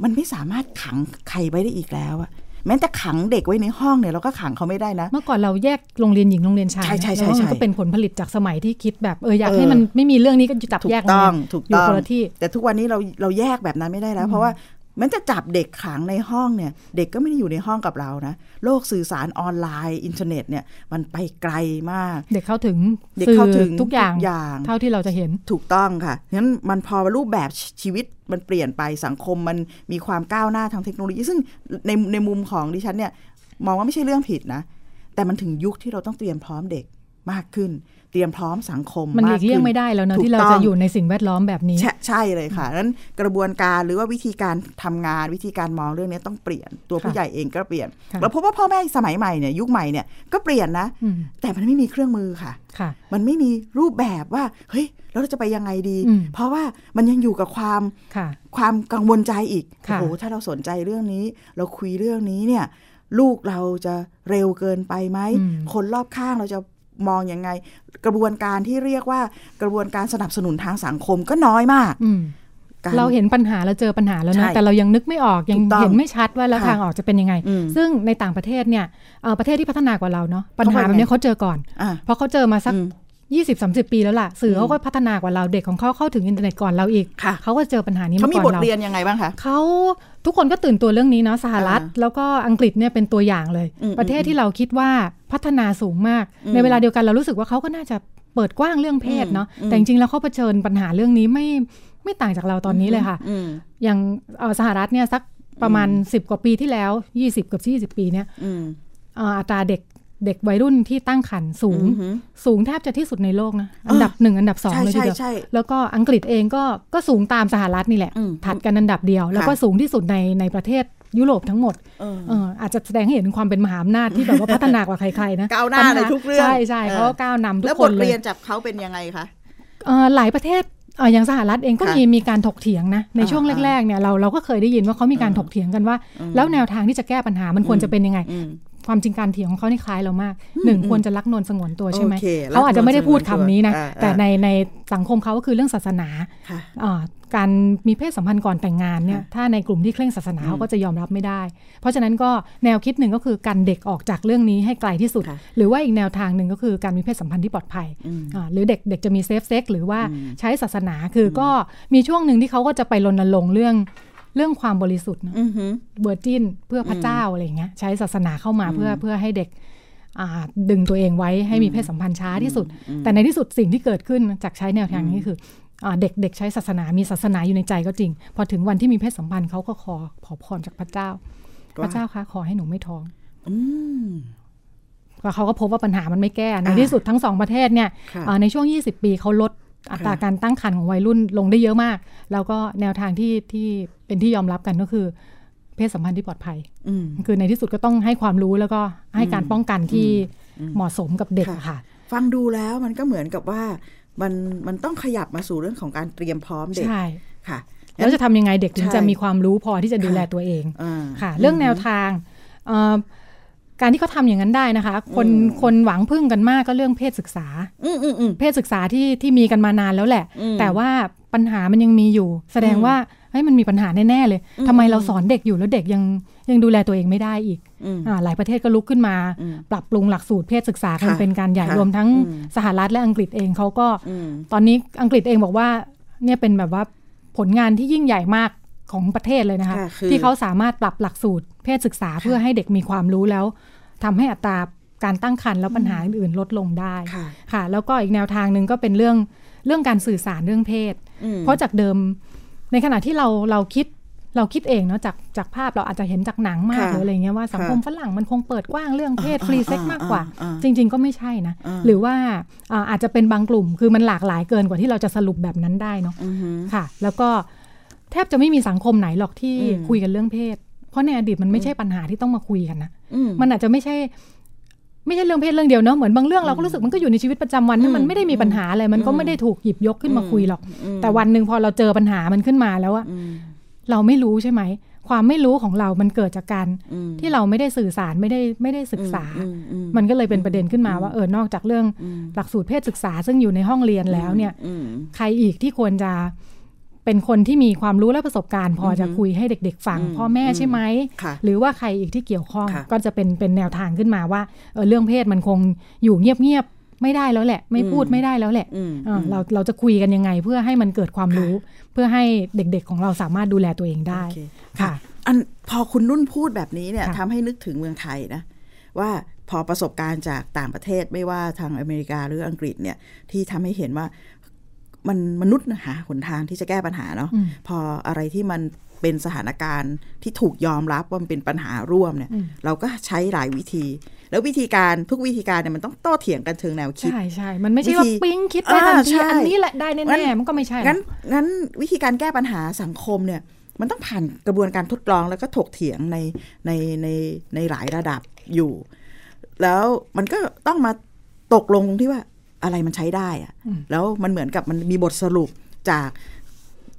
[SPEAKER 3] มันไม่สามารถขังใครไว้ได้อีกแล้วอะแม้แต่ขังเด็กไว้ในห้องเนี่ยเราก็ขังเขาไม่ได้นะ
[SPEAKER 2] เมื่อก่อนเราแยกโรงเรียนหญิงโรงเรียนชาย
[SPEAKER 3] ใช่ใช่
[SPEAKER 2] นะ
[SPEAKER 3] ใช่
[SPEAKER 2] แล้ว
[SPEAKER 3] ใช่
[SPEAKER 2] มันก็เป็นผลผลิตจากสมัยที่คิดแบบเอออยาก
[SPEAKER 3] เออ
[SPEAKER 2] ให้มันไม่มีเรื่องนี้ก็จับ
[SPEAKER 3] ถู
[SPEAKER 2] แย
[SPEAKER 3] ก
[SPEAKER 2] กโรง
[SPEAKER 3] ต้อ
[SPEAKER 2] เรี
[SPEAKER 3] ง
[SPEAKER 2] ยน
[SPEAKER 3] ถูก
[SPEAKER 2] อยู่
[SPEAKER 3] ต้อง
[SPEAKER 2] คนละที่
[SPEAKER 3] แต่ทุกวันนี้เราเราแยกแบบนั้นไม่ได้แล้ว เพราะว่าแม้จะจับเด็กขังในห้องเนี่ย เด็กก็ไม่ได้อยู่ในห้องกับเรานะ โลกสื่อสารออนไลน์อินเทอร์เน็ตเนี่ยมันไปไกลมาก
[SPEAKER 2] เด็กเข้าถึง
[SPEAKER 3] เด็ก
[SPEAKER 2] สื่
[SPEAKER 3] เข้า
[SPEAKER 2] อ
[SPEAKER 3] ถึง
[SPEAKER 2] ทุกอย่าง
[SPEAKER 3] ทุกอย่าง
[SPEAKER 2] เท่าที่เราจะเห็น
[SPEAKER 3] ถูกต้องค่ะ งั้นมันพอรูปแบบชีวิตมันเปลี่ยนไปสังคมมันมีความก้าวหน้าทางเทคโนโลยี ซึ่งในในมุมของดิฉันเนี่ย มองว่าไม่ใช่เรื่องผิดนะ แต่มันถึงยุคที่เราต้องเตรียมพร้อมเด็ก มากขึ้น เตรียมพร้อมสังคม
[SPEAKER 2] มันหลี
[SPEAKER 3] าก ขึ้
[SPEAKER 2] เลี่ยงไม่ได้แล้วเนอะ
[SPEAKER 3] ถูก
[SPEAKER 2] ที่เรา
[SPEAKER 3] ต้
[SPEAKER 2] จะ
[SPEAKER 3] อง
[SPEAKER 2] อยู่ในสิ่งแวดล้อมแบบนี้
[SPEAKER 3] ใช่ใช่เลยค่ะนั้นกระบวนการหรือว่าวิธีการทำงานวิธีการมองเรื่องนี้ต้องเปลี่ยนตัวผู้
[SPEAKER 2] ค่ะ
[SPEAKER 3] ใหญ่เองก็เปลี่ยน
[SPEAKER 2] ค่ะ
[SPEAKER 3] เราพบว่าพ่อแม่สมัยใหม่เนี่ยยุคใหม่เนี่ยก็เปลี่ยนนะ
[SPEAKER 2] อืม
[SPEAKER 3] แต่มันไม่มีเครื่องมือค่ะ
[SPEAKER 2] ค่ะ
[SPEAKER 3] มันไม่มีรูปแบบว่าเฮ้ยแล้วเราจะไปยังไงดี
[SPEAKER 2] อืม
[SPEAKER 3] เพราะว่ามันยังอยู่กับความ
[SPEAKER 2] ค่ะ
[SPEAKER 3] ความกังวลใจอีกโอ้
[SPEAKER 2] ค่ะ
[SPEAKER 3] โหถ้าเราสนใจเรื่องนี้ เราคุยเรื่องนี้เนี่ย ลูกเราจะเร็วเกินไปไหม
[SPEAKER 2] อืม
[SPEAKER 3] คนรอบข้างเราจะมองยังไง กระบวนการที่เรียกว่ากระบวนการสนับสนุนทางสังคมก็น้อยมาก
[SPEAKER 2] อืม
[SPEAKER 3] ก
[SPEAKER 2] เราเห็นปัญหาเราเจอปัญหาแล้ว
[SPEAKER 3] ใช่
[SPEAKER 2] นะแต่เรายังนึกไม่ออกยัง
[SPEAKER 3] ถูกต้อง
[SPEAKER 2] เห็นไม่ชัดว่าแล้ว
[SPEAKER 3] ค่ะ
[SPEAKER 2] ทางออกจะเป็นยังไง
[SPEAKER 3] อืม
[SPEAKER 2] ซึ่งในต่างประเทศเนี่ยเอ่อประเทศที่พัฒนากว่าเราเนาะปัญหา
[SPEAKER 3] เขา
[SPEAKER 2] แบ
[SPEAKER 3] ว่าไง
[SPEAKER 2] บเนี้ยเขาเจอก่อน
[SPEAKER 3] อ่ะ
[SPEAKER 2] เพราะเขาเจอมาสัก
[SPEAKER 3] อืม
[SPEAKER 2] 20 30 ปีแล้วล่ะสื่อเขาก็พัฒนากว่าเราเด็กของเขาเข้าถึงอินเทอร์เน็ตก่อนเราอีก
[SPEAKER 3] ค่ะ
[SPEAKER 2] เขาก็เจอปัญหานี้
[SPEAKER 3] เขา
[SPEAKER 2] มา
[SPEAKER 3] มี
[SPEAKER 2] ก่อบ น
[SPEAKER 3] ท
[SPEAKER 2] เรา
[SPEAKER 3] เรียนยังไงบ้างคะ
[SPEAKER 2] เขาทุกคนก็ตื่นตัวเรื่องนี้เนาะสหรัฐ
[SPEAKER 3] อ่า
[SPEAKER 2] แล้วก็อังกฤษเนี่ยเป็นตัวอย่างเลย
[SPEAKER 3] อืม
[SPEAKER 2] ประเทศที่เราคิดว่าพัฒนาสูงมาก
[SPEAKER 3] อืม
[SPEAKER 2] ในเวลาเดียวกันเรารู้สึกว่าเขาก็น่าจะเปิดกว้างเรื่องเพศเนาะ
[SPEAKER 3] อืม
[SPEAKER 2] แต่จริงๆแล้วเขาเผชิญปัญหาเรื่องนี้ไม่ไม่ต่างจากเราตอนนี้เลยค่ะ
[SPEAKER 3] อืม
[SPEAKER 2] อย่างเอ่อสหรัฐเนี่ยสักประมาณ 10 กว่าปีที่แล้ว 20เกับ 20 ปีเนี่ย
[SPEAKER 3] อืม
[SPEAKER 2] เอ่ออัตราเด็กเด็กวัยรุ่นที่ตั้งครรภ์สูง
[SPEAKER 3] อือหือ
[SPEAKER 2] สูงแทบจะที่สุดในโลกนะ
[SPEAKER 3] อ่า
[SPEAKER 2] อันดับหนึ่งอันดับสอง
[SPEAKER 3] ใช่
[SPEAKER 2] เลยที
[SPEAKER 3] ใช่
[SPEAKER 2] เดียว
[SPEAKER 3] ใช่
[SPEAKER 2] แล้วก็อังกฤษเองก็ก็สูงตามสหรัฐนี่แหละ
[SPEAKER 3] อืม
[SPEAKER 2] ถัดกันอันดับเดียว แล้วก็
[SPEAKER 3] ค่ะ
[SPEAKER 2] สูงที่สุดในในประเทศยุโรปทั้งหมด
[SPEAKER 3] เออ
[SPEAKER 2] เอออาจจะแสดงให้เห็นความเป็นมหาอำนาจที่แบบว่าพัฒนากว่าใครๆนะ
[SPEAKER 3] ก้าวหน้า
[SPEAKER 2] ปัญ
[SPEAKER 3] ในทุกเรื่อง
[SPEAKER 2] ใช่ใช่
[SPEAKER 3] เออ
[SPEAKER 2] เขาก็ก้าวนำทุ
[SPEAKER 3] แล้ว
[SPEAKER 2] ก
[SPEAKER 3] บ
[SPEAKER 2] คน
[SPEAKER 3] ท
[SPEAKER 2] เล
[SPEAKER 3] เรี
[SPEAKER 2] ย
[SPEAKER 3] ยนจากเขาเป็นยังไงคะ
[SPEAKER 2] เอ่อหลายประเทศเอ่ออย่างสหรัฐเองก็
[SPEAKER 3] ค่ะ
[SPEAKER 2] มีมีการถกเถียงนะใน
[SPEAKER 3] อ่า
[SPEAKER 2] ช่วงแรกๆเนี่ยเราเราก็เคยได้ยินว่าเขามีการ
[SPEAKER 3] อืม
[SPEAKER 2] ถกเถียงกันว่า
[SPEAKER 3] อืม
[SPEAKER 2] แล้วแนวทางที่จะแก้ปัญหามันควร
[SPEAKER 3] อืม
[SPEAKER 2] จะเป็นยังไง
[SPEAKER 3] อืม
[SPEAKER 2] ความจริงการเถียงของเขานี่คล้ายเรามากหนึ่ง
[SPEAKER 3] อืม
[SPEAKER 2] ควรจะรักนวลสงวนตัวใช่ไหม
[SPEAKER 3] โอเครัก
[SPEAKER 2] เขาอาจจะไม่ได้พูดคำนี้นะ
[SPEAKER 3] อ่าอ่า
[SPEAKER 2] แต่ในในสังคมเขาก็คือเรื่องศาสนา
[SPEAKER 3] ค่ะ
[SPEAKER 2] อ่าการมีเพศสัมพันธ์ก่อนแต่งงานเนี่ย
[SPEAKER 3] ค่ะ
[SPEAKER 2] ถ้าในกลุ่มที่เคร่งศาสนา
[SPEAKER 3] อืม
[SPEAKER 2] เขาก็จะยอมรับไม่ได้ เพราะฉะนั้นก็แนวคิดหนึ่งก็คือการเด็กออกจากเรื่องนี้ให้ไกลที่สุด
[SPEAKER 3] ค่ะ
[SPEAKER 2] หรือว่าอีกแนวทางหนึ่งก็คือการมีเพศสัมพันธ์ที่ปลอดภัย
[SPEAKER 3] อืม
[SPEAKER 2] อ่าหรือเด็กเด็กจะมีเซฟเซ็กหรือว่า
[SPEAKER 3] อืม
[SPEAKER 2] ใช้ศาสนาคืออก็มีช่วงหนึ่งที่เขาก็จะไปรณรงค์เรื่องเรื่องความบริสุทธิ์เนอะ
[SPEAKER 3] อือหือ
[SPEAKER 2] เวอร์จินเพื่อพระเจ้าอะไรอย่างเงี้ยใช้ศาสนาเข้ามา
[SPEAKER 3] อืม
[SPEAKER 2] เพื่อเพื่อให้เด็กอ่าดึงตัวเองไว้ให้มีเพศสัมพันธ์ช้าที่สุด
[SPEAKER 3] อืม
[SPEAKER 2] แต่ในที่สุดสิ่งที่เกิดขึ้นจากใช้แนวทางนี้
[SPEAKER 3] อืม
[SPEAKER 2] คืออ่าเด็กเด็กใช้ศาสนามีศาสนาอยู่ในใจก็จริง พอถึงวันที่มีเพศสัมพันธ์เขาก็ขอขอพรจากพระเจ้า พระเจ้าคะขอให้หนูไม่ท้อง
[SPEAKER 3] อืม
[SPEAKER 2] ก็เขาก็พบว่าปัญหามันไม่แก้ใน
[SPEAKER 3] อ่า
[SPEAKER 2] ที่สุดทั้งสองประเทศเนี่ย
[SPEAKER 3] ค่ะ
[SPEAKER 2] อ่าในช่วง 20 ปีเขาลดอัตรา
[SPEAKER 3] ค่ะ
[SPEAKER 2] การตั้งครรภ์ของวัยรุ่นลงได้เยอะมาก แล้วก็แนวทางที่ที่เป็นที่ยอมรับกันก็คือเพศสัมพันธ์ที่ปลอดภัย
[SPEAKER 3] อืม
[SPEAKER 2] คือในที่สุดก็ต้องให้ความรู้แล้วก็ให้การป้องกันที่เหมาะสมกับเด็ก
[SPEAKER 3] ค่ะ
[SPEAKER 2] อะค่ะ
[SPEAKER 3] ฟังดูแล้วมันก็เหมือนกับว่า มันมันต้องขยับมาสู่เรื่องของการเตรียมพร้อมเด็ก
[SPEAKER 2] ใช่
[SPEAKER 3] ค่ะ
[SPEAKER 2] แล้วจะทำยังไงเด็กถึง
[SPEAKER 3] ใช่
[SPEAKER 2] จะมีความรู้พอที่จะดูแลตัวเอง
[SPEAKER 3] อ่า
[SPEAKER 2] ค่ะ เรื่องแนวทางเอ่อการที่เขาทำอย่างนั้นได้นะคะ คน
[SPEAKER 3] อืม
[SPEAKER 2] คนหวังพึ่งกันมากก็เรื่องเพศศึกษา
[SPEAKER 3] อืมอืมอืม
[SPEAKER 2] เพศศึกษาที่ที่มีกันมานานแล้วแหละ
[SPEAKER 3] อืม
[SPEAKER 2] แต่ว่าปัญหามันยังมีอยู่ แสดง
[SPEAKER 3] อืม
[SPEAKER 2] ว่าเฮ้ยมันมีปัญหาแน่ๆเลย
[SPEAKER 3] อืม
[SPEAKER 2] ทำไมเราสอนเด็กอยู่แล้วเด็กยังยังดูแลตัวเองไม่ได้อีก
[SPEAKER 3] อืม
[SPEAKER 2] อ่าหลายประเทศก็ลุกขึ้นมา
[SPEAKER 3] อืม
[SPEAKER 2] ปรับปรุงหลักสูตรเพศศึกษากัน
[SPEAKER 3] ค่ะ
[SPEAKER 2] เป็นการใหญ่
[SPEAKER 3] ค่ะ
[SPEAKER 2] รวมทั้ง
[SPEAKER 3] อืม
[SPEAKER 2] สหรัฐและอังกฤษเองเขาก็
[SPEAKER 3] อืม
[SPEAKER 2] ตอนนี้อังกฤษเองบอกว่าเนี่ยเป็นแบบว่าผลงานที่ยิ่งใหญ่มากของประเทศเลยนะคะ
[SPEAKER 3] ค่ะคือ
[SPEAKER 2] ที่เขาสามารถปรับหลักสูตรเพศศึกษาเพื่อให้เด็กมีความรู้แล้วทำให้อัตราการตั้งครรภ์แล้วปัญหาอื่นๆลดลงได้
[SPEAKER 3] ค่ะ
[SPEAKER 2] ค่ะ แล้วก็อีกแนวทางหนึ่งก็เป็นเรื่องเรื่องการสื่อสารเรื่องเพศ
[SPEAKER 3] อืม
[SPEAKER 2] เพราะจากเดิมในขณะที่เราเราคิดเราคิดเองเนาะจากจากภาพเราอาจจะเห็นจากหนังมาก
[SPEAKER 3] ค่ะ
[SPEAKER 2] หรืออะไรเงี้ยว่าสังคม
[SPEAKER 3] ค่ะ
[SPEAKER 2] ฝรั่งมันคงเปิดกว้างเรื่องเพศ
[SPEAKER 3] อ่า
[SPEAKER 2] ฟรีเซ็
[SPEAKER 3] อ่าม
[SPEAKER 2] กากกว่า
[SPEAKER 3] อ่าอ่า
[SPEAKER 2] จริง ๆ ก็ไม่ใช่นะ
[SPEAKER 3] อ่า
[SPEAKER 2] หรือว่าอ่าอาจจะเป็นบางกลุ่มคือมันหลากหลายเกินกว่าที่เราจะสรุปแบบนั้นได้เนาะ
[SPEAKER 3] อือหือ
[SPEAKER 2] ค่ะ แล้วก็แทบจะไม่มีสังคมไหนหรอกที่
[SPEAKER 3] อืม
[SPEAKER 2] คุยกันเรื่องเพศ เพราะในอดีตมันไม่ใช่ปัญหาที่ต้องมาคุยกันนะ
[SPEAKER 3] อืม
[SPEAKER 2] มันอาจจะไม่ใช่ ไม่ใช่เรื่องเพศเรื่องเดียวเนาะเหมือนบางเรื่องเราก็รู้สึกมันก็อยู่ในชีวิตประจำวัน
[SPEAKER 3] อื
[SPEAKER 2] ที่
[SPEAKER 3] ม
[SPEAKER 2] มันไม่ได้มีปัญหาอะไรมันก็
[SPEAKER 3] อืม
[SPEAKER 2] ไม่ได้ถูกหยิบยกขึ้นมาคุยหรอก
[SPEAKER 3] อืม
[SPEAKER 2] แต่วันหนึ่งพอเราเจอปัญหามันขึ้นมาแล้วอะ
[SPEAKER 3] อืม
[SPEAKER 2] เราไม่รู้ใช่ไหม ความไม่รู้ของเรามันเกิดจากการ
[SPEAKER 3] อืม
[SPEAKER 2] ที่เราไม่ได้สื่อสารไม่ได้ไม่ได้ศึกษา
[SPEAKER 3] อือือื
[SPEAKER 2] มันก็เลยเป็นประเด็นขึ้นมาว่าเออนอกจากเรื่อง
[SPEAKER 3] อืม
[SPEAKER 2] หลักสูตรเพศศึกษาซึ่งอยู่ในห้องเรียนแล้วเนี่ย
[SPEAKER 3] อืม
[SPEAKER 2] ใครอีกที่ควรจะเป็นคนที่มีความรู้และประสบการณ์ พอจะคุยให้เด็ก ๆ ฟัง
[SPEAKER 3] อืม
[SPEAKER 2] พ่อแม่ใช่ไหม
[SPEAKER 3] ค่ะ
[SPEAKER 2] หรือว่าใครอีกที่เกี่ยวข้อง
[SPEAKER 3] ค่ะ
[SPEAKER 2] ก็จะเป็นเป็นแนวทางขึ้นมาว่าเออเรื่องเพศมันคงอยู่เงียบๆไม่ได้แล้วแหละ ไม่พูด
[SPEAKER 3] อืม
[SPEAKER 2] ไม่ได้แล้วแหละ
[SPEAKER 3] อืม
[SPEAKER 2] อ่าเราเราจะคุยกันยังไงเพื่อให้มันเกิดความรู้ เพื่อให้เด็กๆของเราสามารถดูแลตัวเองได้
[SPEAKER 3] โอเค
[SPEAKER 2] ค่ะ
[SPEAKER 3] อันพอคุณนุ่นพูดแบบนี้เนี่ย
[SPEAKER 2] ค่ะ
[SPEAKER 3] ทำให้นึกถึงเมืองไทยนะ ว่าพอประสบการณ์จากต่างประเทศไม่ว่าทางอเมริกาหรืออังกฤษเนี่ยที่ทำให้เห็นว่า มันมนุษย์นะหาหนทางที่จะแก้ปัญหาเนาะ
[SPEAKER 2] อืม
[SPEAKER 3] พออะไรที่มันเป็นสถานการณ์ที่ถูกยอมรับว่ามันเป็นปัญหาร่วมเนี่ย
[SPEAKER 2] อืม
[SPEAKER 3] เราก็ใช้หลายวิธี แล้ววิธีการทุกวิธีการเนี่ยมันต้องโต้เถียงกันเชิงแนวคิด
[SPEAKER 2] ใช่ใช่มันไม่ใช่ว่า
[SPEAKER 3] วิธี
[SPEAKER 2] ปิ๊งคิดได้ทันที
[SPEAKER 3] อ่าใช่
[SPEAKER 2] อันนี้แหละได้
[SPEAKER 3] งั้
[SPEAKER 2] แน่
[SPEAKER 3] น
[SPEAKER 2] ๆมันก็ไม่ใช่
[SPEAKER 3] งั้นงั้นวิธีการแก้ปัญหาสังคมเนี่ยมันต้องผ่านกระบวนการทดลองแล้วก็ถกเถียงในในในในหลายระดับอยู่ แล้วมันก็ต้องมาตกลงตรงที่ว่าอะไรมันใช้ได้อะแล้วมันเหมือนกับมันมีบทสรุปจาก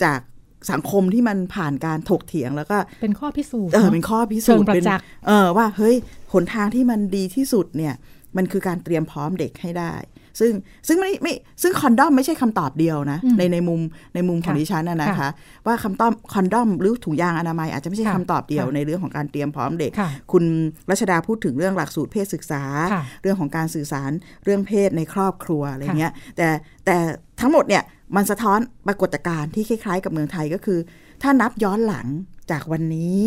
[SPEAKER 3] จากสังคมที่มันผ่านการถกเถียงแล้วก็
[SPEAKER 2] เป็นข้อพิสูจน์
[SPEAKER 3] เออ
[SPEAKER 2] เนอะ
[SPEAKER 3] เป็นข้อพิสูจน์
[SPEAKER 2] เชิงประจักษ์
[SPEAKER 3] เป็นเออว่าเฮ้ยหนทางที่มันดีที่สุดเนี่ย มันคือการเตรียมพร้อมเด็กให้ได้ ซึ่งซึ่งไม่ไม่ซึ่งคอนดอมไม่ใช่คำตอบเดียวนะ
[SPEAKER 2] อืม
[SPEAKER 3] ในในมุมในมุมของ
[SPEAKER 2] ค่ะ
[SPEAKER 3] ดิฉันนะนะคะ ว่าคำตอบคอนดอมหรือถุงยางอนามัยอาจจะไม่ใช่
[SPEAKER 2] ค่ะ
[SPEAKER 3] คำตอบเดียว
[SPEAKER 2] ค่ะ
[SPEAKER 3] ในเรื่องของการเตรียมพร้อมเด็ก
[SPEAKER 2] ค่ะ
[SPEAKER 3] คุณรัชดาพูดถึงเรื่องหลักสูตรเพศศึกษา
[SPEAKER 2] ค่ะ
[SPEAKER 3] เรื่องของการสื่อสารเรื่องเพศในครอบครัวอะไรเงี้ยแต่แต่ทั้งหมดเนี่ยมันสะท้อนปรากฏการณ์ที่คล้ายๆ กับเมืองไทยก็คือ ถ้านับย้อนหลังจากวันนี้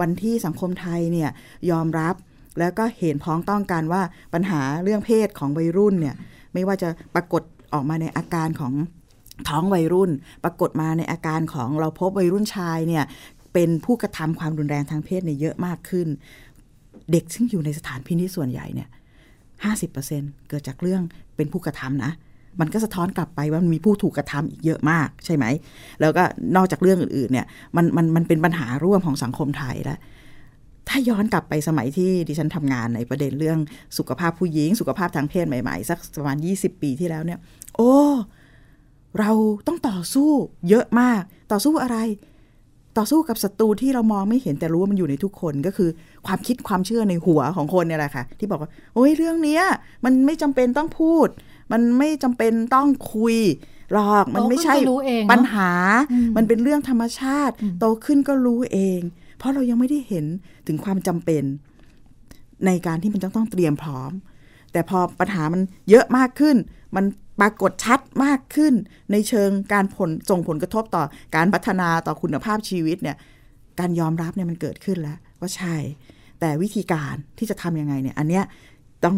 [SPEAKER 3] วันที่สังคมไทยเนี่ยยอมรับแล้วก็เห็นพ้องต้องกันว่าปัญหาเรื่องเพศของวัยรุ่นเนี่ยไม่ว่าจะปรากฏออกมาในอาการของท้องวัยรุ่น ปรากฏมาในอาการของเราพบวัยรุ่นชายเนี่ยเป็นผู้กระทำความรุนแรงทางเพศเนี่ยเยอะมากขึ้น เด็กซึ่งอยู่ในสถานพินิจส่วนใหญ่เนี่ยห้าสิบเปอร์เซ็นเกิดจากเรื่องเป็นผู้กระทำนะ มันก็สะท้อนกลับไปว่ามันมีผู้ถูกกระทำอีกเยอะมากใช่ไหม แล้วก็นอกจากเรื่องอื่นๆเนี่ยมันมันมันเป็นปัญหาร่วมของสังคมไทยแล้ว ถ้าย้อนกลับไปสมัยที่ดิฉันทำงานในประเด็นเรื่องสุขภาพผู้หญิง สุขภาพทางเพศใหม่ๆ สักประมาณ 20 ปีที่แล้วเนี่ย โอ้ เราต้องต่อสู้เยอะมาก ต่อสู้อะไร ต่อสู้กับศัตรูที่เรามองไม่เห็นแต่รู้ว่ามันอยู่ในทุกคนก็คือความคิดความเชื่อในหัวของคนเนี่ยแหละค่ะ ที่บอกว่าโอ้ยเรื่องเนี้ย มันไม่จำเป็นต้องพูด มันไม่จำเป็นต้องคุยหรอกมันไม่ใช่
[SPEAKER 2] โตขึ้นก็รู้เองเนอะ
[SPEAKER 3] ปัญหา
[SPEAKER 2] อืม
[SPEAKER 3] มันเป็นเรื่องธรรมชาติ โตขึ้นก็รู้เอง เพราะเรายังไม่ได้เห็นถึงความจำเป็น ในการที่มันจะต้องเตรียมพร้อม แต่พอปัญหามันเยอะมากขึ้น มันปรากฏชัดมากขึ้น ในเชิงการผลส่งผลกระทบต่อการพัฒนาต่อคุณภาพชีวิตเนี่ย การยอมรับเนี่ยมันเกิดขึ้นแล้วว่าใช่ แต่วิธีการที่จะทำยังไงเนี่ย อันเนี้ยต้อง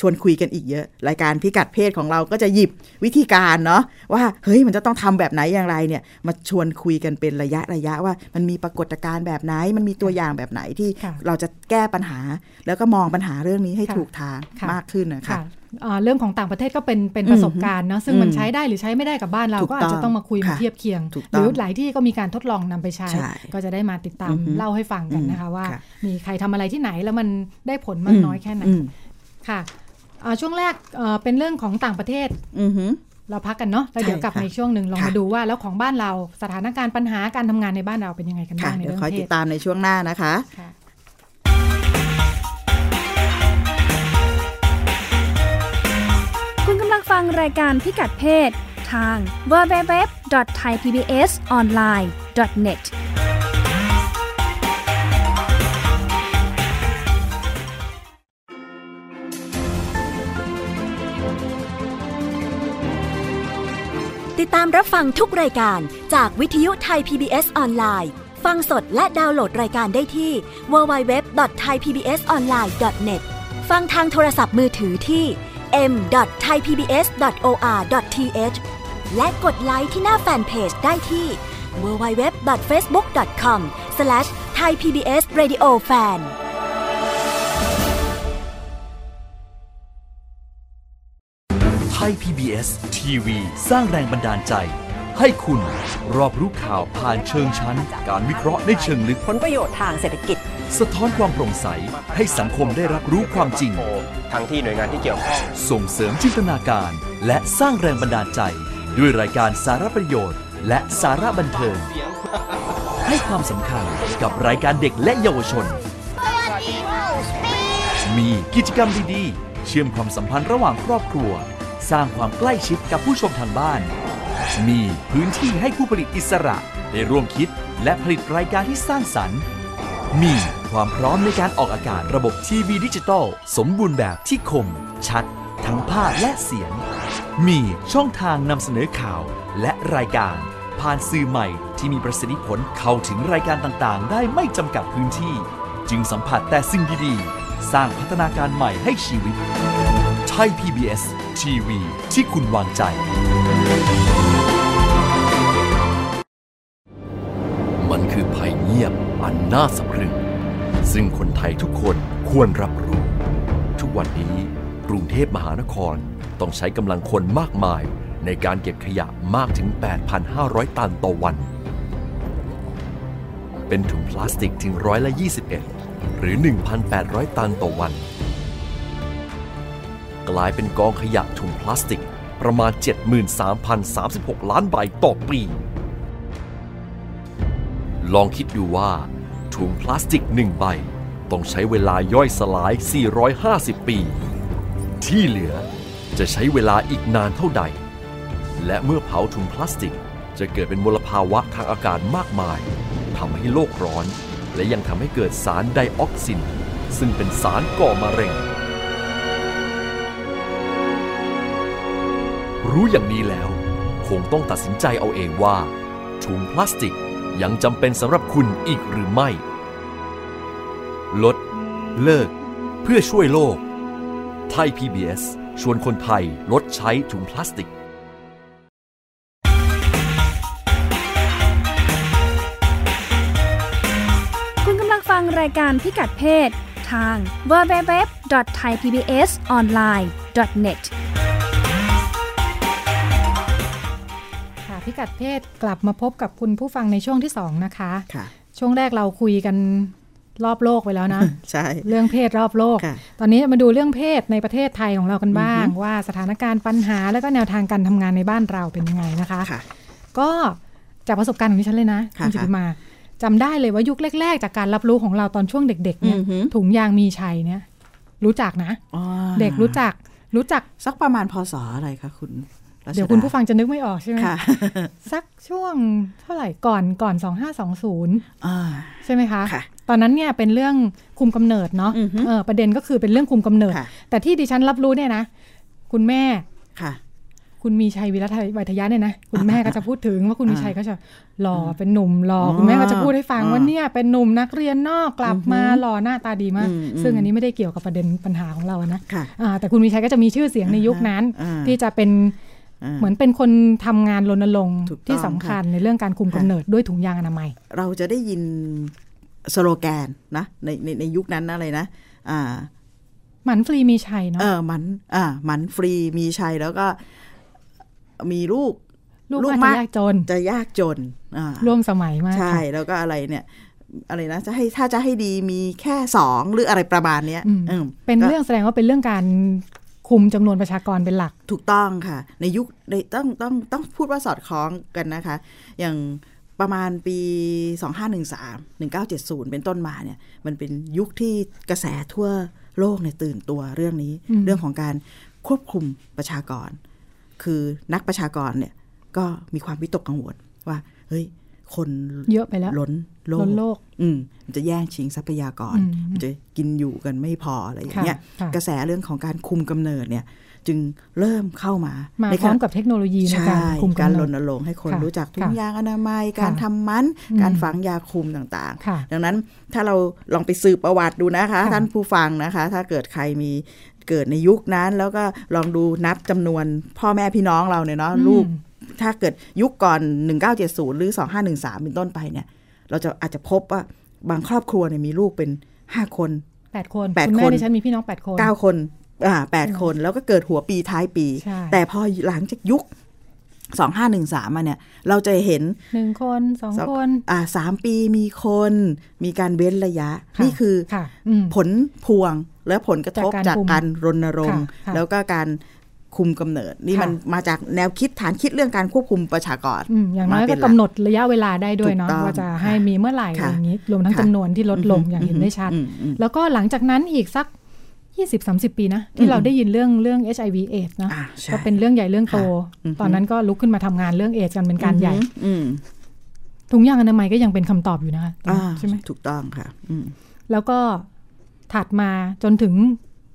[SPEAKER 3] ชวนคุยกันอีกเยอะ รายการพิกัดเพศของเราก็จะหยิบวิธีการเนาะว่าเฮ้ยมันจะต้องทำแบบไหนอย่างไรเนี่ย มาชวนคุยกันเป็นระยะระยะว่า มันมีปรากฏการณ์แบบไหน มันมีตัวอย่างแบบไหนที่
[SPEAKER 2] ค่ะ
[SPEAKER 3] เราจะแก้ปัญหา แล้วก็มองปัญหาเรื่องนี้ให้
[SPEAKER 2] ค่ะ
[SPEAKER 3] ถูกทาง
[SPEAKER 2] ค่ะ
[SPEAKER 3] มากขึ้นนะคะ
[SPEAKER 2] ค่ะอ่าเรื่องของต่างประเทศก็เป็นเป็น
[SPEAKER 3] อืม
[SPEAKER 2] ประสบการณ์เนาะซึ่ง
[SPEAKER 3] อืม
[SPEAKER 2] มันใช้ได้หรือใช้ไม่ได้กับบ้านเรา
[SPEAKER 3] ถูก
[SPEAKER 2] ก็อาจจะ
[SPEAKER 3] ต้อง
[SPEAKER 2] ต้องมาคุยมา
[SPEAKER 3] ค่ะ
[SPEAKER 2] เทียบเคียง
[SPEAKER 3] ถูก
[SPEAKER 2] ห
[SPEAKER 3] ต้อง
[SPEAKER 2] รือหลายที่ก็มีการทดลองนำไปใช้
[SPEAKER 3] ใช่
[SPEAKER 2] ก็จะได้มาติดตาม
[SPEAKER 3] อือฮึ
[SPEAKER 2] เล่าให้ฟังกันนะคะ
[SPEAKER 3] อืม
[SPEAKER 2] ว่า
[SPEAKER 3] ค่ะ
[SPEAKER 2] มีใครทำอะไรที่ไหนแล้วมันได้ผลมากน้อยแค่ไหน
[SPEAKER 3] อืม
[SPEAKER 2] ค่ะอ่าช่วงแรกเอ่อเป็นเรื่องของต่างประเทศ
[SPEAKER 3] อือหือ
[SPEAKER 2] เราพักกันเนาะแล้วเดี๋ยว
[SPEAKER 3] ใช่
[SPEAKER 2] กลับ
[SPEAKER 3] ค่ะ
[SPEAKER 2] มาอีกช่วงหนึ่งลองมา
[SPEAKER 3] ค่ะ
[SPEAKER 2] ดูว่าแล้วของบ้านเราสถานการณ์ปัญหาการทำงานในบ้านเราเป็นยังไงกัน
[SPEAKER 3] ค่ะ
[SPEAKER 2] บ้างใน
[SPEAKER 3] เดี๋ยว
[SPEAKER 2] เรื่อง
[SPEAKER 3] คอย
[SPEAKER 2] เพ
[SPEAKER 3] ติด
[SPEAKER 2] ศ
[SPEAKER 3] ตามในช่วงหน้านะคะ
[SPEAKER 1] คุ
[SPEAKER 2] ค่ะ
[SPEAKER 1] ณกำลังฟังรายการพิกัดเพศ ทาง www.thaipbsonline.net
[SPEAKER 4] ติดตามรับฟังทุกรายการจากวิทยุไทย PBS ออนไลน์ ฟังสดและดาวน์โหลดรายการได้ที่ www.thaipbsonline.net ฟังทางโทรศัพท์มือถือที่ m.thaipbs.or.th และกดไลค์ที่หน้าแฟนเพจได้ที่ www.facebook.com/thaipbsradiofan
[SPEAKER 5] ไทย PBS TV สร้างแรงบันดาลใจ ให้คุณรอบรู้ข่าวผ่านเชิงชั้น การวิเคราะห์ในเชิงลึก
[SPEAKER 6] ผลประโยชน์ทางเศรษฐกิจ
[SPEAKER 5] สะท้อนความโปร่งใส ให้สังคมได้รับรู้ความจริง
[SPEAKER 7] ทั้งที่หน่วยงานที่เกี่ยวข้อง
[SPEAKER 5] ส่งเสริมจินตนาการ และสร้างแรงบันดาลใจ ด้วยรายการสารประโยชน์ และสาระบันเทิง ให้ความสำคัญกับรายการเด็กและเยาวชน มีกิจกรรมดีๆ เชื่อมความสัมพันธ์ระหว่างครอบครัว สร้างความใกล้ชิดกับผู้ชมทางบ้าน มีพื้นที่ให้ผู้ผลิตอิสระได้ร่วมคิดและผลิตรายการที่สร้างสรรค์ มีความพร้อมในการออกอากาศระบบทีวีดิจิตอลสมบูรณ์แบบที่คม ชัด ทั้งภาพและเสียง มีช่องทางนำเสนอข่าวและรายการ ผ่านสื่อใหม่ที่มีประสิทธิผลเข้าถึงรายการต่างๆ ได้ไม่จำกัดพื้นที่ จึงสัมผัสแต่สิ่งดีๆ สร้างพัฒนาการใหม่ให้ชีวิต ไทย PBS ทีวีที่คุณวางใจ มันคือภัยเงียบอันน่าสะพรึง ซึ่งคนไทยทุกคนควรรับรู้ ทุกวันนี้กรุงเทพมหานครต้องใช้กำลังคนมากมายในการเก็บขยะมากถึง 8,500 ตันต่อวัน เป็นถุงพลาสติกถึงร้อยละ21 หรือ 1,800 ตันต่อวัน กลายเป็นกองขยะถุงพลาสติกประมาณ 73,036 ล้านใบต่อปี ลองคิดดูว่า ถุงพลาสติกหนึ่งใบ ต้องใช้เวลาย่อยสลาย 450 ปี ที่เหลือจะใช้เวลาอีกนานเท่าใด และเมื่อเผาถุงพลาสติก จะเกิดเป็นมลภาวะทางอากาศมากมายทำให้โลกร้อน และยังทำให้เกิดสารไดออกซิน ซึ่งเป็นสารก่อมะเร็ง รู้อย่างนี้แล้ว คงต้องตัดสินใจเอาเองว่า ถุงพลาสติกยังจำเป็นสำหรับคุณอีกหรือไม่ ลด เลิก เพื่อช่วยโลก ไทย PBS ชวนคนไทยลดใช้ถุงพลาสติก
[SPEAKER 1] คุณกำลังฟังรายการพิกัดเพศ ทาง www.thaipbsonline.net
[SPEAKER 2] ค่ะพิกัดเพศกลับมาพบกับคุณผู้ฟังในช่วงที่ 2 นะคะ
[SPEAKER 3] ค่ะ
[SPEAKER 2] ช่วงแรกเราคุยกันรอบโลกไปแล้วนะ
[SPEAKER 3] ใช่
[SPEAKER 2] เรื่องเพศรอบโลก
[SPEAKER 3] ค่ะ
[SPEAKER 2] ตอนนี้มาดูเรื่องเพศในประเทศไทยของเรากันบ้าง ว่าสถานการณ์ปัญหาแล้วก็แนวทางการทำงานในบ้านเราเป็นยังไงนะคะ
[SPEAKER 3] ค่ะ
[SPEAKER 2] ก็จากประสบการณ์ของดิฉันเลยนะ
[SPEAKER 3] ค่ะ
[SPEAKER 2] ณจิตมาจำได้เลยว่ายุคแรก ๆ จากการรับรู้ของเราตอนช่วงเด็ก ๆเนี่ย
[SPEAKER 3] อือหือ
[SPEAKER 2] ถุงยางมีชัยเนี่ย รู้จักนะ
[SPEAKER 3] อ๋อ
[SPEAKER 2] เด็กรู้จักรู้จัก
[SPEAKER 3] สักประมาณพศอะไรคะคุณรัชา
[SPEAKER 2] เดี๋ยวคุณผู้ฟังจะนึกไม่ออกใช่ไหม
[SPEAKER 3] ค่ะ
[SPEAKER 2] สักช่วงเท่าไหร่ก่อนก่อน 2520
[SPEAKER 3] อ่า
[SPEAKER 2] ใช่ไหมคะ
[SPEAKER 3] ค่ะ
[SPEAKER 2] ตอนนั้นเนี่ยเป็นเรื่องคุมกำเนิดเนาะ
[SPEAKER 3] อือฮึ
[SPEAKER 2] เออประเด็นก็คือเป็นเรื่องคุมกำเนิด
[SPEAKER 3] ค่ะ
[SPEAKER 2] แต่ที่ดิฉันรับรู้เนี่ยนะ คุณแม่
[SPEAKER 3] ค่ะ
[SPEAKER 2] คุณมีชัยวิรัตวัยทยะเนี่ยนะคุณแม่ก็จะพูดถึงว่าคุณมีชัยก็ จะหล่อเป็นหนุ่มหล่ออ
[SPEAKER 3] อ
[SPEAKER 2] คุณแม่ก็จะพูดให้ฟัง
[SPEAKER 3] อ่า
[SPEAKER 2] ว่าเนี่ยเป็นหนุ่มนักเรียนนอกกลับมาหล่อหน้าตาดีมาก
[SPEAKER 3] อืมอืม
[SPEAKER 2] ซึ่งอันนี้ไม่ได้เกี่ยวกับประเด็นปัญหาของเรานะ
[SPEAKER 3] ค่ะ
[SPEAKER 2] อ่าแต่คุณมีชัยก็จะมีชื่อเสียงในยุคนั้น
[SPEAKER 3] อ่า
[SPEAKER 2] ที่จะเป็น
[SPEAKER 3] อ่า
[SPEAKER 2] เหมือนเป็นคนทำงานรณรงค์
[SPEAKER 3] ถูกต้อง
[SPEAKER 2] ที่สำคัญ
[SPEAKER 3] ค่ะ
[SPEAKER 2] ในเรื่องการคุมกำเนิดด้วยถุงยางอนามัย
[SPEAKER 3] เราจะได้ยินสโลแกนนะในในในยุคนั้นนะอะไรนะ อ่า
[SPEAKER 2] หมันฟรีมีชัยเนาะ
[SPEAKER 3] เออหมัน อ่าหมันฟรีมีชัยแล้วก็มีลูก
[SPEAKER 2] ลูก
[SPEAKER 3] ลูก
[SPEAKER 2] อาจ
[SPEAKER 3] มา
[SPEAKER 2] จะ
[SPEAKER 3] ก
[SPEAKER 2] ยากจน
[SPEAKER 3] จะยากจน อ่า
[SPEAKER 2] ร่วมสมัยมาก
[SPEAKER 3] ใช่
[SPEAKER 2] ค่ะ
[SPEAKER 3] แล้วก็อะไรเนี่ย อะไรนะจะให้ถ้าจะให้ดีมีแค่สองหรืออะไรประมาณเนี้ย
[SPEAKER 2] อืม
[SPEAKER 3] อืม
[SPEAKER 2] เป็น
[SPEAKER 3] ก็
[SPEAKER 2] เรื่องแสดงว่าเป็นเรื่องการคุมจำนวนประชากรเป็นหลัก
[SPEAKER 3] ถูกต้องค่ะ ในยุคในต้องต้องต้องพูดว่าสอดคล้องกันนะคะ อย่างประมาณปี 2513 1970 เป็นต้นมาเนี่ย มันเป็นยุคที่กระแสทั่วโลกเนี่ยตื่นตัวเรื่องนี้
[SPEAKER 2] อืม
[SPEAKER 3] เรื่องของการควบคุมประชากร คือนักประชากรเนี่ยก็มีความวิตกกังวลว่า เฮ้ย คน
[SPEAKER 2] เยอะไปแล้ว
[SPEAKER 3] ล้นโล
[SPEAKER 2] ล้น
[SPEAKER 3] ก
[SPEAKER 2] โลก
[SPEAKER 3] อืมมันจะแย่งชิงทรัพยากร
[SPEAKER 2] อืม
[SPEAKER 3] มันจะกินอยู่กันไม่พออะไรอย่างเงี้ย
[SPEAKER 2] ค่ะค่ะ
[SPEAKER 3] กระแสเรื่องของการคุมกำเนิดเนี่ย จึงเริ่มเข้ามา
[SPEAKER 2] มา
[SPEAKER 3] ใน
[SPEAKER 2] พร้อมกับเทคโนโลยีใน
[SPEAKER 3] ใช่
[SPEAKER 2] การคุม
[SPEAKER 3] การ
[SPEAKER 2] กำ
[SPEAKER 3] ร
[SPEAKER 2] เนิด
[SPEAKER 3] ณรงค์ให้คน
[SPEAKER 2] ค่ะ
[SPEAKER 3] รู้จักถุง
[SPEAKER 2] ค่ะ
[SPEAKER 3] ยางอนามัย การทำมัน
[SPEAKER 2] อืม
[SPEAKER 3] การฝังยาคุมต่าง
[SPEAKER 2] ค่ะ
[SPEAKER 3] ๆ ดังนั้นถ้าเราลองไปสืบประวัติดูนะคะ
[SPEAKER 2] ค่ะ
[SPEAKER 3] ท่านผู้ฟังนะคะ ถ้าเกิดใครมีเกิดในยุคนั้น แล้วก็ลองดูนับจำนวนพ่อแม่พี่น้องเราเนี่ยเนาะลูก
[SPEAKER 2] อืม
[SPEAKER 3] ถ้าเกิดยุคก่อน 1970 หรือ 2513 เป็นต้นไปเนี่ย เราจะอาจจะพบว่าบางครอบครัวเนี่ยมีลูกเป็น 5 คน
[SPEAKER 2] แปดคน
[SPEAKER 3] แปด
[SPEAKER 2] คุณแม่
[SPEAKER 3] คน
[SPEAKER 2] ดิฉันมีพี่น้องแปดคน
[SPEAKER 3] 9 คนอ่า8คนแล้วก็เกิดหัวปีท้ายปี
[SPEAKER 2] ใช่
[SPEAKER 3] แต่พอหลังจากยุค 2513 มาเนี่ย เราจะเห็น
[SPEAKER 2] หนึ่งคนสอง
[SPEAKER 3] สอง
[SPEAKER 2] คน
[SPEAKER 3] อ่าสามปีมีคน มีการเว้นระยะ
[SPEAKER 2] ค่ะ
[SPEAKER 3] นี่คือ
[SPEAKER 2] ค่ะอืม
[SPEAKER 3] ผลพวงและผลกระทบ
[SPEAKER 2] จา
[SPEAKER 3] จาก
[SPEAKER 2] การ
[SPEAKER 3] กการรณรงค์
[SPEAKER 2] ค่ะค่ะ
[SPEAKER 3] แล้วก็การคุมกำเนิด นี่
[SPEAKER 2] ค่ะ
[SPEAKER 3] มันมาจากแนวคิดฐานคิดเรื่องการควบคุมประชากร
[SPEAKER 2] อืมอย่างน้อย
[SPEAKER 3] มาเป็
[SPEAKER 2] ก็
[SPEAKER 3] น
[SPEAKER 2] กำหนดระยะเวลาได้ด้วยเนาะ
[SPEAKER 3] ถูกต้อง
[SPEAKER 2] ว่าจะให้มีเมื่อไหร่อะไร
[SPEAKER 3] ค่ะ
[SPEAKER 2] อย่างนี้ รวมทั้ง
[SPEAKER 3] ค่ะ
[SPEAKER 2] จำนวนที่ลดลงอย่างเห็นได้ชัด
[SPEAKER 3] อืมอืม
[SPEAKER 2] แล้วก็หลังจากนั้นอีกสัก 20-30 ปีนะ ที่เราได้ยินเรื่องเรื่อง HIV AIDS เนาะ
[SPEAKER 3] อ่าใช่
[SPEAKER 2] ก็เป็นเรื่องใหญ่เรื่องโต
[SPEAKER 3] อือหือ
[SPEAKER 2] ตอนนั้นก็ลุกขึ้นมาทำงานเรื่องเอดกันเป็นการใหญ่
[SPEAKER 3] อืม
[SPEAKER 2] ถุงยางอนามัยก็ยังเป็นคำตอบอยู่นะคะ
[SPEAKER 3] อ่า
[SPEAKER 2] ใช่ไหม
[SPEAKER 3] ถูกต้องค่ะ อืม
[SPEAKER 2] แล้วก็ถัดมาจนถึง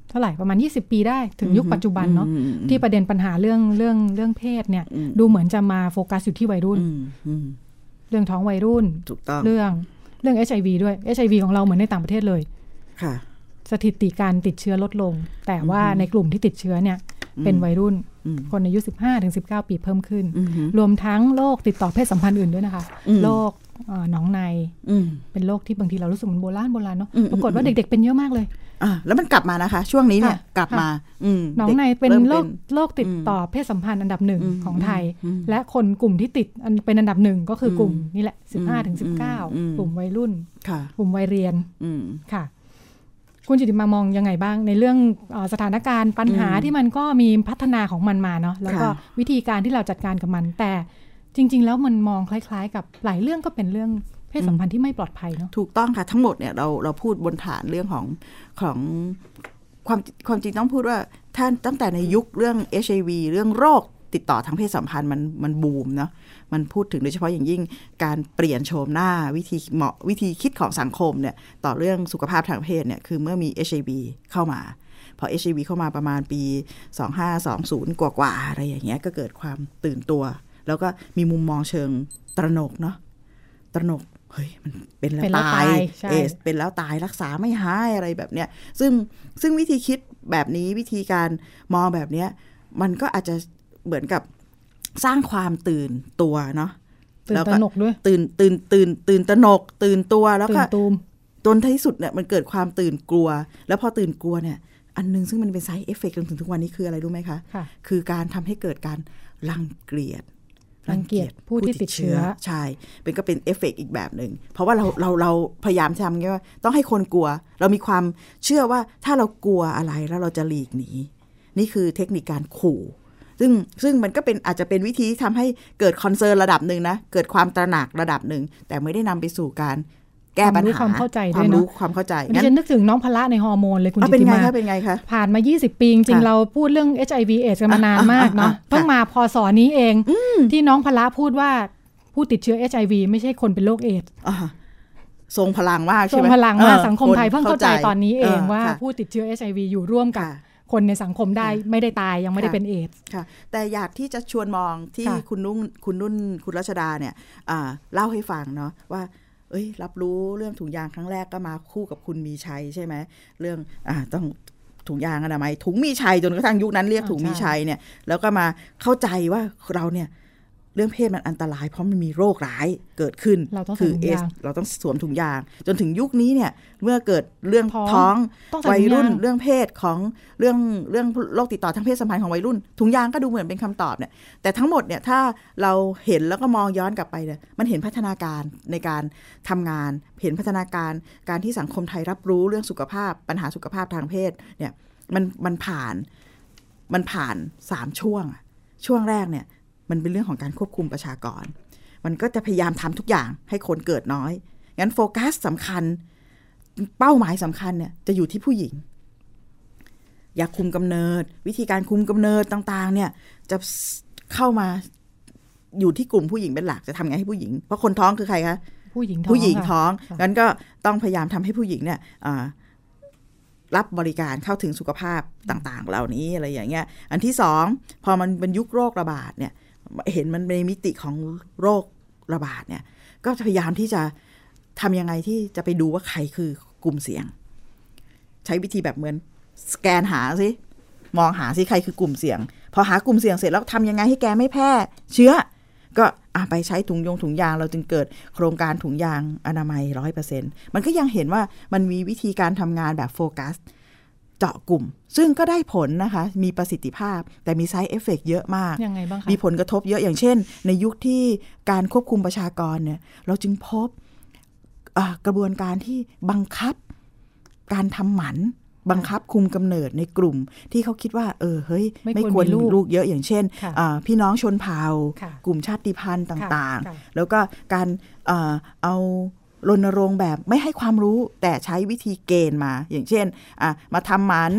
[SPEAKER 2] เท่าไหร่ประมาณ 20 ปีได้ถึงยุคปัจจุบันเนาะ
[SPEAKER 3] อืมอืมอืม
[SPEAKER 2] ที่ประเด็นปัญหาเรื่องเรื่องเรื่องเพศเนี่ย
[SPEAKER 3] อืม
[SPEAKER 2] ดูเหมือนจะมาโฟกัสอยู่ที่วัยรุ่น
[SPEAKER 3] อืมอืม
[SPEAKER 2] เรื่องท้องวัยรุ่น
[SPEAKER 3] ถูกต้อง
[SPEAKER 2] เรื่องเรื่อง HIV ด้วย HIV ของเราเหมือนในต่างประเทศเลย
[SPEAKER 3] ค่ะ
[SPEAKER 2] สถิติการติดเชื้อลดลง แต่ว่าในกลุ่มที่ติดเชื้อเนี่ย เป็นวัยรุ่น
[SPEAKER 3] อืม
[SPEAKER 2] คนอายุ 15-19 ปีเพิ่มขึ้น
[SPEAKER 3] อืม
[SPEAKER 2] รวมทั้งโรคติดต่อเพศสัมพันธ์อื่นด้วยนะคะ
[SPEAKER 3] อืม
[SPEAKER 2] โรค เอ่อหนองใน
[SPEAKER 3] อืม
[SPEAKER 2] เป็นโรคที่บางทีเรารู้สึกเหมันโบราณโบราณเนาะ
[SPEAKER 3] อืม
[SPEAKER 2] ปรากฏว่าเด็ก ๆ เป็นเยอะมากเลย
[SPEAKER 3] อ่ะแล้วมันกลับมานะคะ ช่วงนี้เนี่ย
[SPEAKER 2] ค่ะ
[SPEAKER 3] กลับมาอืม
[SPEAKER 2] หนอง
[SPEAKER 3] ด็ก
[SPEAKER 2] ในเป็น
[SPEAKER 3] ริ่ม
[SPEAKER 2] โรคโรคติด
[SPEAKER 3] อืม
[SPEAKER 2] ต่อเพศสัมพันธ์อันดับหนึ่ง
[SPEAKER 3] อืม
[SPEAKER 2] ของไทย
[SPEAKER 3] อืม
[SPEAKER 2] และคนกลุ่มที่ติดอันเป็นอันดับหนึ่งก็คืออ
[SPEAKER 3] ม
[SPEAKER 2] กลุ่มนี่แหละ 15ถึง
[SPEAKER 3] อืมอืม
[SPEAKER 2] 19 กลุ่มวัยรุ่น
[SPEAKER 3] ค่ะ
[SPEAKER 2] กลุ่มวัยเรียน
[SPEAKER 3] อืม
[SPEAKER 2] ค่ะ คุณจิตติมามองยังไงบ้าง ในเรื่องเออสถานการณ์ปัญหา
[SPEAKER 3] อืม
[SPEAKER 2] ที่มันก็มีพัฒนาของมันมาเนาะแล้วก็
[SPEAKER 3] ค่ะ
[SPEAKER 2] วิธีการที่เราจัดการกับมัน แต่จริง ๆ แล้วมันมองคล้าย ๆ กับหลายเรื่องก็เป็นเรื่องเพศสัมพันธ์ที่ไม่ปลอดภัยเนาะ
[SPEAKER 3] ถูกต้องค่ะ ทั้งหมดเนี่ยเราเราพูดบนฐานเรื่องของของความความจริงต้องพูดว่าท่านตั้งแต่ในยุคเรื่อง HIV เรื่องโรคติดต่อทางเพศสัมพันธ์มันมันบูมเนาะมันพูดถึงโดยเฉพาะอย่างยิ่งการเปลี่ยนโฉมหน้าวิธีเหมาะวิธีคิดของสังคมเนี่ยต่อเรื่องสุขภาพทางเพศเนี่ยคือเมื่อมี HIV เข้ามา พอ HIV เข้ามาประมาณปี 2520 กว่าๆอะไรอย่างเงี้ยก็เกิดความตื่นตัว แล้วก็มีมุมมองเชิงตระหนกเนาะตระหนกเฮ้ยมันเป็นแล้ว
[SPEAKER 2] เป็นแล้ว
[SPEAKER 3] ตาย
[SPEAKER 2] ตายใช่
[SPEAKER 3] เอส เป็นแล้วตายรักษาไม่หายอะไรแบบเนี้ยซึ่งซึ่งวิธีคิดแบบนี้วิธีการมองแบบเนี้ยมันก็อาจจะเหมือนกับสร้างความตื่นตัวเนาะ
[SPEAKER 2] ตื่น
[SPEAKER 3] แล้ว
[SPEAKER 2] ตระหนกด้วย
[SPEAKER 3] ตื่นตื่นตื่นตื่นตระหนก ตื่นตัวแล้ว
[SPEAKER 2] ตื่
[SPEAKER 3] ก็
[SPEAKER 2] นตูม
[SPEAKER 3] จนท้ายที่สุดเนี่ยมันเกิดความตื่นกลัว แล้วพอตื่นกลัวเนี่ย อันหนึงซึ่งมันเป็นไซด์เอฟเฟกต์จนถึงทุกวันนี้คืออะไรรู้ไหมคะ
[SPEAKER 2] ค่ะ
[SPEAKER 3] คือการทำให้เกิดการรังเกียจ
[SPEAKER 2] รังเกียจผู้ที่ติดเชื้อ
[SPEAKER 3] ใช่เป็นก็เป็นเอฟเฟกต์อีกแบบหนึ่งเพราะว่าเราเราเราพยายามทำไงว่าต้องให้คนกลัว เรามีความเชื่อว่าถ้าเรากลัวอะไรแล้วเราจะหลีกหนี นี่คือเทคนิคการขู่ ซึ่งซึ่งมันก็เป็นอาจจะเป็นวิธีที่ทำให้เกิดคอนเซิร์นระดับหนึ่งนะ เกิดความตระหนักระดับหนึ่ง แต่ไม่ได้นำไปสู่การแก้ปัญหา
[SPEAKER 2] ความรู้ความเข้าใจ
[SPEAKER 3] ค
[SPEAKER 2] ด้
[SPEAKER 3] วา
[SPEAKER 2] วยเน
[SPEAKER 3] ม
[SPEAKER 2] อะ
[SPEAKER 3] รู้ความเข้าใจ
[SPEAKER 2] วันนี้
[SPEAKER 3] งั้
[SPEAKER 2] ฉั
[SPEAKER 3] น
[SPEAKER 2] นนึกถึงน้องพละในฮอร์โมนเลยคุณ
[SPEAKER 3] เอา
[SPEAKER 2] จิ
[SPEAKER 3] เป็น
[SPEAKER 2] ติ
[SPEAKER 3] ไง
[SPEAKER 2] มา
[SPEAKER 3] คะเป็นไงคะ
[SPEAKER 2] ผ่านมา 20 ปี จริงๆ
[SPEAKER 3] ค่ะ
[SPEAKER 2] เราพูดเรื่อง HIV AIDS กันมา
[SPEAKER 3] อ่ะ
[SPEAKER 2] นานมากเนาะ
[SPEAKER 3] อ่ะอ่ะ
[SPEAKER 2] เพิ่งมาพอสอนี้เอง ที่น้องพละพูดว่าผู้ติดเชื้อ HIV ไม่ใช่คนเป็นโรคเอดส์
[SPEAKER 3] าทรงพลังมาก
[SPEAKER 2] ทร
[SPEAKER 3] ใช่
[SPEAKER 2] ง
[SPEAKER 3] ไหม
[SPEAKER 2] พลังมาก
[SPEAKER 3] เออ
[SPEAKER 2] สังคมไทยเพิ่งเข้าใจตอนนี้เองว่า
[SPEAKER 3] ค่ะ
[SPEAKER 2] ผู้ติดเชื้อ HIV อยู่ร่วมกับ
[SPEAKER 3] ค่ะ
[SPEAKER 2] คนในสังคมได้ไม่ได้ตายยังไม่ได้
[SPEAKER 3] ค่ะ
[SPEAKER 2] เป็นเอดส์
[SPEAKER 3] ค่ะแต่อยากที่จะชวนมองที่
[SPEAKER 2] ค่ะ
[SPEAKER 3] คุณนุ่งคุณนุ่นคุณรัชดาเนี่ยอ่าเล่าให้ฟังเนาะว่า เอ้ย รับรู้เรื่องถุงยางครั้งแรกก็มาคู่กับคุณมีชัยใช่ไหมเรื่องอ่าต้องถุงยางอนามัยถุงมีชัยจนกระทั่งยุคนั้นเรียก
[SPEAKER 2] อ่า
[SPEAKER 3] ถุงมี
[SPEAKER 2] ใช่
[SPEAKER 3] ชัยเนี่ยแล้วก็มาเข้าใจว่าเราเนี่ยเรื่องเพศมันอันตราย เพราะมันมีโรคร้ายเกิดขึ้น
[SPEAKER 2] เราต้อง
[SPEAKER 3] คื
[SPEAKER 2] ใส่ถุ
[SPEAKER 3] เอย
[SPEAKER 2] งา
[SPEAKER 3] ส
[SPEAKER 2] ง
[SPEAKER 3] เราต้องสวมถุงยาง จนถึงยุคนี้เนี่ยเมื่อเกิดเรื่อง
[SPEAKER 2] ท้อง
[SPEAKER 3] ท้อง
[SPEAKER 2] ต้องใส่
[SPEAKER 3] วัย
[SPEAKER 2] ถุง
[SPEAKER 3] รุ่
[SPEAKER 2] ยาน ง
[SPEAKER 3] เรื่องเพศของเรื่องเรื่องโรคติดต่อทางเพศสัมพันธ์ของวัยรุ่น ถุงยางก็ดูเหมือนเป็นคำตอบเนี่ยแต่ทั้งหมดเนี่ยถ้าเราเห็นแล้วก็มองย้อนกลับไปเนี่ยมันเห็นพัฒนาการในการทำงาน เห็นพัฒนาการการที่สังคมไทยรับรู้เรื่องสุขภาพ ปัญหาสุขภาพทางเพศเนี่ยมันมันผ่านมันผ่านสามช่วงอะช่วงแรกเนี่ยมันเป็นเรื่องของการควบคุมประชากร มันก็จะพยายามทำทุกอย่างให้คนเกิดน้อยงั้นโฟกัสสำคัญ เป้าหมายสำคัญเนี่ยจะอยู่ที่ผู้หญิง ยาคุมกำเนิด วิธีการคุมกำเนิดต่างๆ เนี่ยจะเข้ามาอยู่ที่กลุ่มผู้หญิงเป็นหลักจะทำไงให้ผู้หญิง เพราะคนท้องคือใครคะ
[SPEAKER 2] ผู้หญิงท้อง
[SPEAKER 3] ผู้หญิง
[SPEAKER 2] ค่ะ
[SPEAKER 3] ท้อง
[SPEAKER 2] ค่ะ
[SPEAKER 3] งั้นก็ต้องพยายามทำให้ผู้หญิงเนี่ยอ่ารับบริการเข้าถึงสุขภาพต่างๆ เหล่านี้อะไรอย่างเงี้ย อันที่สองพอมันเป็นยุคโรคระบาดเนี่ย เห็นมันในมิติของโรคระบาดเนี่ย ก็จะพยายามที่จะทำยังไงที่จะไปดูว่าใครคือกลุ่มเสี่ยง ใช้วิธีแบบเหมือนสแกนหาสิมองหาสิใครคือกลุ่มเสี่ยง พอหากลุ่มเสี่ยงเสร็จแล้วทำยังไงให้แกไม่แพร่เชื้อ ก็อ่ะไปใช้ถุงยงถุงยางเราจึงเกิดโครงการถุงยางอนามัยร้อยเปอร์เซ็นมันก็ยังเห็นว่ามันมีวิธีการทำงานแบบโฟกัส เจาะกลุ่ม ซึ่งก็ได้ผลนะคะ มีประสิทธิภาพ แต่มีไซ d ์เอฟเฟกเยอะมาก
[SPEAKER 2] ยังไงบ้างคะ
[SPEAKER 3] มีผลกระทบเยอะอย่างเช่น ในยุคที่การควบคุมประชากรเนี่ย เราจึงพบอ่ากระบวนการที่บังคับ การทำหมัน บังคับคุมกำเนิดในกลุ่ม ที่เขาคิดว่า เออเฮ้ย
[SPEAKER 2] ไม่
[SPEAKER 3] ไม่
[SPEAKER 2] ควร
[SPEAKER 3] ควร
[SPEAKER 2] มีลู
[SPEAKER 3] มี
[SPEAKER 2] ก
[SPEAKER 3] ลูกเยอะอย่างเช่น
[SPEAKER 2] ค่ะ
[SPEAKER 3] อ่าพี่น้องชนเผ่า
[SPEAKER 2] ค่ะ
[SPEAKER 3] กลุ่มชาติพันธุ์ต่าง
[SPEAKER 2] ค่ะ
[SPEAKER 3] ๆ แล้วก็การเอ่อเอารณรงค์แบบไม่ให้ความรู้แต่ใช้วิธีเกณฑ์มา อย่างเช่นอ่ะมาทำหมัน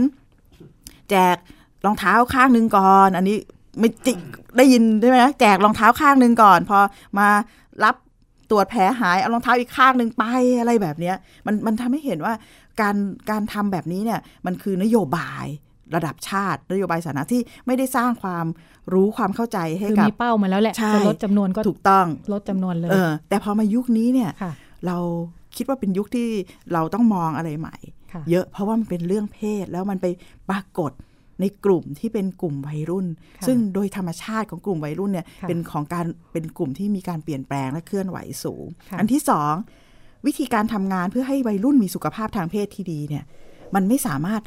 [SPEAKER 3] แจกรองเท้าข้างหนึ่งก่อน อันนี้ไม่จิได้ยินใช่ไหมนะแจกรองเท้าข้างหนึ่งก่อน พอมารับตรวจแผลหายเอารองเท้าอีกข้างหนึ่งไปอะไรแบบเนี้ยมันมันทำให้เห็นว่าการการทำแบบนี้เนี่ยมันคือนโยบายระดับชาติ นโยบายสาธารณะที่ไม่ได้สร้างความรู้ความเข้าใจให้
[SPEAKER 2] คือ
[SPEAKER 3] กับ
[SPEAKER 2] มีเป้ามาแล้วแหละ
[SPEAKER 3] ใช่
[SPEAKER 2] จะลดจำนวนก็
[SPEAKER 3] ถูกต้อง
[SPEAKER 2] ลดจำนวนเลย
[SPEAKER 3] เออ แต่พอมายุคนี้เนี่ย
[SPEAKER 2] ค่ะ
[SPEAKER 3] เราคิดว่าเป็นยุคที่เราต้องมองอะไรใหม่
[SPEAKER 2] ค่ะ
[SPEAKER 3] เยอะเพราะว่ามันเป็นเรื่องเพศแล้วมันไปปรากฏ ในกลุ่มที่เป็นกลุ่มวัยรุ่น
[SPEAKER 2] ค่ะ
[SPEAKER 3] ซึ่งโดยธรรมชาติของกลุ่มวัยรุ่นเนี่ย
[SPEAKER 2] ค่ะ
[SPEAKER 3] เป็นของการเป็นกลุ่มที่มีการเปลี่ยนแปลงและเคลื่อนไหวสูง
[SPEAKER 2] ค่ะ
[SPEAKER 3] อันที่สองวิธีการทำงานเพื่อให้วัยรุ่นมีสุขภาพทางเพศที่ดีเนี่ยมันไม่สามารถ